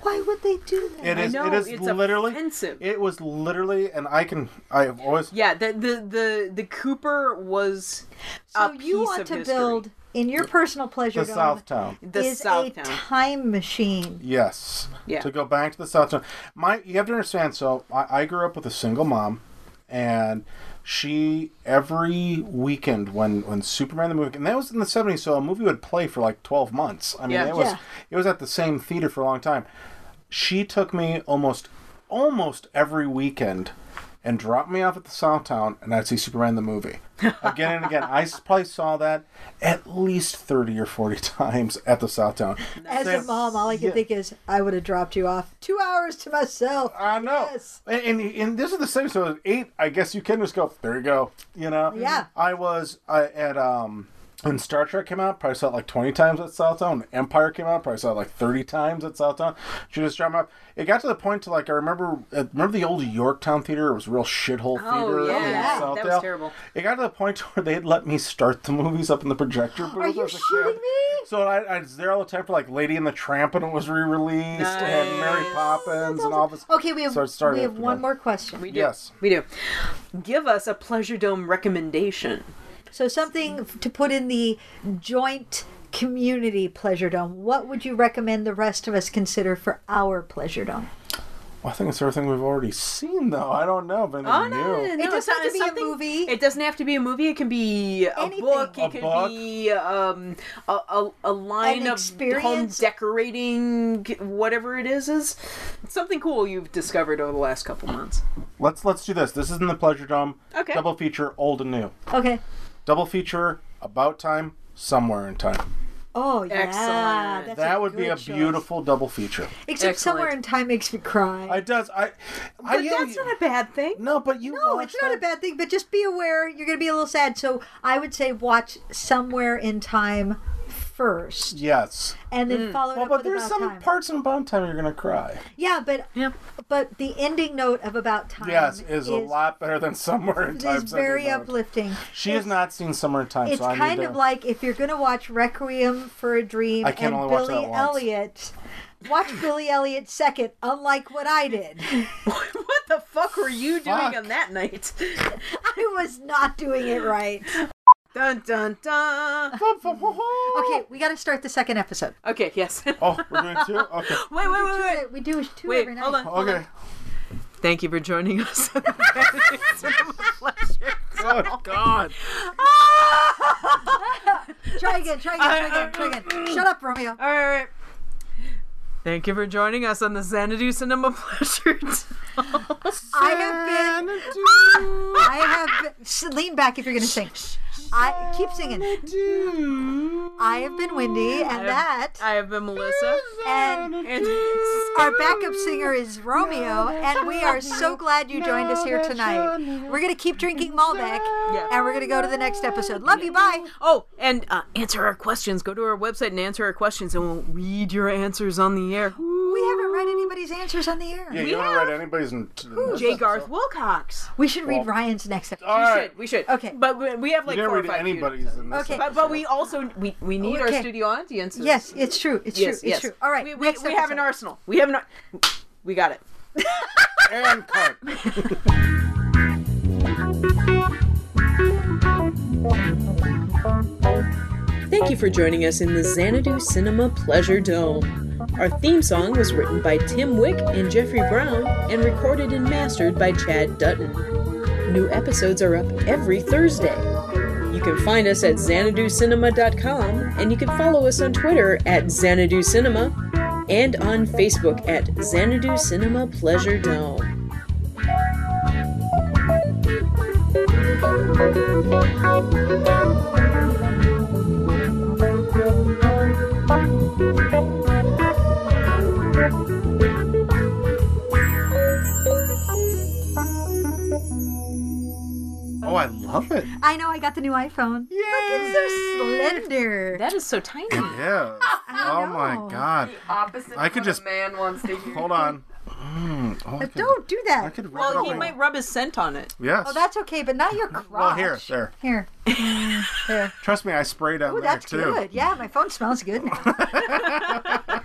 S1: Why would they do that?
S4: It is.
S2: know,
S4: it is
S2: it's
S4: literally.
S2: offensive.
S4: It was literally, and I can. I have always.
S2: yeah the the the, the cooper was
S1: so
S2: a piece
S1: you want
S2: of
S1: to
S2: history.
S1: build in your personal pleasure
S4: The
S1: dome
S4: South Town.
S2: the
S1: is
S2: south
S1: a
S2: town
S1: time machine.
S4: Yes.
S2: Yeah.
S4: To go back to the South Town. My, you have to understand. So I, I grew up with a single mom, and she every weekend when when Superman the movie and that was in the seventies. So a movie would play for like twelve months. I mean,
S2: Yeah.
S4: it was
S1: Yeah.
S4: it was at the same theater for a long time. She took me almost almost every weekend. And dropped me off at the South Town, and I'd see Superman
S2: (laughs)
S4: the movie again and again. I s- probably saw that at least thirty or forty (laughs) times at the South Town.
S1: As a
S4: Same-
S1: mom, all I can
S4: Yeah.
S1: think is I would have dropped you off two hours to myself.
S4: I know.
S1: Yes.
S4: And, and and this is the same. So at eight, I guess you can just go. There you go. You know.
S1: Yeah.
S4: I was I, at um when Star Trek came out, probably saw it like twenty times at Southtown. When Empire came out, probably saw it like thirty times at Southtown. She just dropped me off. It got to the point to like I remember uh, remember the old Yorktown Theater. It was a real shithole theater.
S2: Oh yeah,
S4: in
S2: that- that was
S4: Southdale?
S2: terrible.
S4: It got to the point (laughs) where they'd let me start the movies up in the projector booth.
S1: Are you
S4: as a kid.
S1: shitting me?
S4: So I, I was there all the time for like Lady and the Tramp, and it was re-released, and Mary
S2: Nice.
S4: Poppins, and all this.
S1: Okay, we have
S4: So it started
S1: we have
S4: after
S1: one
S4: that.
S1: more question.
S2: We do.
S4: Yes.
S2: We do. Give us a Pleasure Dome recommendation.
S1: So something f- to put in the joint community pleasure dome. What would you recommend the rest of us consider for our pleasure dome?
S4: Well, I think it's everything we've already seen, though. I don't know if anything
S2: Oh,
S1: Oh,
S4: new.
S1: It doesn't have to be a
S2: something-
S1: movie.
S2: It doesn't have to be a movie. It can be a
S1: Anything.
S2: book. It
S4: A
S2: could
S4: book.
S2: be um, a, a, a line
S1: An
S2: of home
S1: experience.
S2: decorating, whatever it is, is something cool you've discovered over the last couple months.
S4: Let's let's do this. This is in the Pleasure Dome.
S2: Okay.
S4: Double feature, old and new.
S1: Okay.
S4: Double feature, About Time, Somewhere in Time.
S1: Oh yeah,
S2: Excellent.
S1: that's
S4: That would be
S1: good
S4: a
S1: choice.
S4: beautiful double feature.
S1: Except somewhere in
S2: Excellent.
S1: time makes me cry.
S4: It does. I.
S1: but that's not a bad thing.
S4: (laughs) No, but you.
S1: No, it's not a bad thing, but just be aware you're going to be a little sad. So I would say watch somewhere in time first,
S4: Yes.
S1: and
S2: Mm.
S1: then follow it
S4: Well,
S1: up
S4: but
S1: with
S4: there's
S1: about
S4: some
S1: time.
S4: parts in About Time you're gonna cry.
S1: yeah, but
S2: Yeah.
S1: but the ending note of about time
S4: Yes, is, a lot better than Somewhere in Time.
S1: is
S4: Sunday
S1: very
S4: Night.
S1: uplifting.
S4: She has not seen Somewhere in Time,
S1: It's
S4: so I
S1: kind
S4: need
S1: of
S4: (laughs) to-
S1: like (laughs) if you're going to watch Requiem for a Dream
S4: I can
S1: and
S4: only watch
S1: Billy
S4: that once.
S1: Elliot, watch Billy Elliot second, unlike what I did. (laughs)
S2: what the fuck were you
S4: Fuck.
S2: doing on that night?
S1: I was not doing it right.
S2: dun dun dun.
S1: Okay, we got to start the second episode.
S2: Okay, yes. (laughs) wait,
S4: Oh, we're doing two.
S1: (laughs)
S4: Okay.
S2: wait, wait, wait.
S1: We do two every
S2: Wait,
S1: night.
S2: hold on. hold
S4: Okay.
S2: on. Thank you for joining (laughs) us. (laughs)
S4: Oh God.
S1: Try again, try again, try again,
S2: (laughs)
S1: try again. Shut up, Romeo.
S2: All right, all right. Thank you for joining us on the Xanadu Cinema Pleasure. Tour.
S1: I have been. (laughs) I have. Been, sh- lean back if you're going to sing. I keep singing. I have been Wendy, and that.
S2: I have been Melissa.
S1: and
S2: And
S1: our backup singer is Romeo, and we are so glad you joined us here tonight. We're going to keep drinking Malbec, and we're going to go to the next episode. Love you. Bye.
S2: oh, and uh, answer our questions. Go to our website and answer our questions, and we'll read your answers on the air.
S1: We haven't read anybody's answers on the air.
S4: Yeah, you don't write anybody's. In, to the
S2: J. Garth Wilcox.
S1: We should read Ryan's next episode.
S4: All
S2: We
S4: right.
S2: should. We should.
S1: Okay.
S2: But we- we have
S4: You
S2: like
S4: didn't
S2: four or
S4: read
S2: five few
S4: anybody's
S2: episodes.
S4: in this.
S1: Okay.
S2: But, but we also we, we need
S1: Okay.
S2: our studio audience.
S1: Yes, it's true. It's
S2: Yes,
S1: true.
S2: yes.
S1: It's true. All right.
S2: We, we,
S1: next
S2: we have
S1: episode.
S2: an arsenal. We have an. Ar- we got it.
S4: and
S2: (laughs)
S4: cut.
S2: Thank you for joining us in the Xanadu Cinema Pleasure Dome. Our theme song was written by Tim Wick and Jeffrey Brown and recorded and mastered by Chad Dutton. New episodes are up every Thursday. You can find us at xanaducinema.com and you can follow us on Twitter at Xanadu Cinema and on Facebook at Xanadu Cinema Pleasure Dome.
S4: Oh, I
S2: (laughs)
S4: love it.
S1: I know I got the new iPhone. Yeah. Look, it's so slender.
S2: That is so tiny.
S4: Yeah. Oh my
S1: know.
S4: God.
S5: Opposite
S4: I could
S5: what
S4: just-
S5: a man wants to hear.
S4: Hold on. Mm, oh, I could,
S1: Don't do
S4: I
S1: that.
S4: could rub it
S2: Well,
S4: up
S2: he
S4: my-
S2: might rub his scent on it.
S4: Yes.
S1: Oh, that's okay, but not your crotch.
S4: Well, here, there. (laughs)
S1: Here. Mm, there.
S4: Trust me, I spray down
S1: Oh,
S4: there
S1: that's
S4: too.
S1: good. Yeah, my phone smells good now.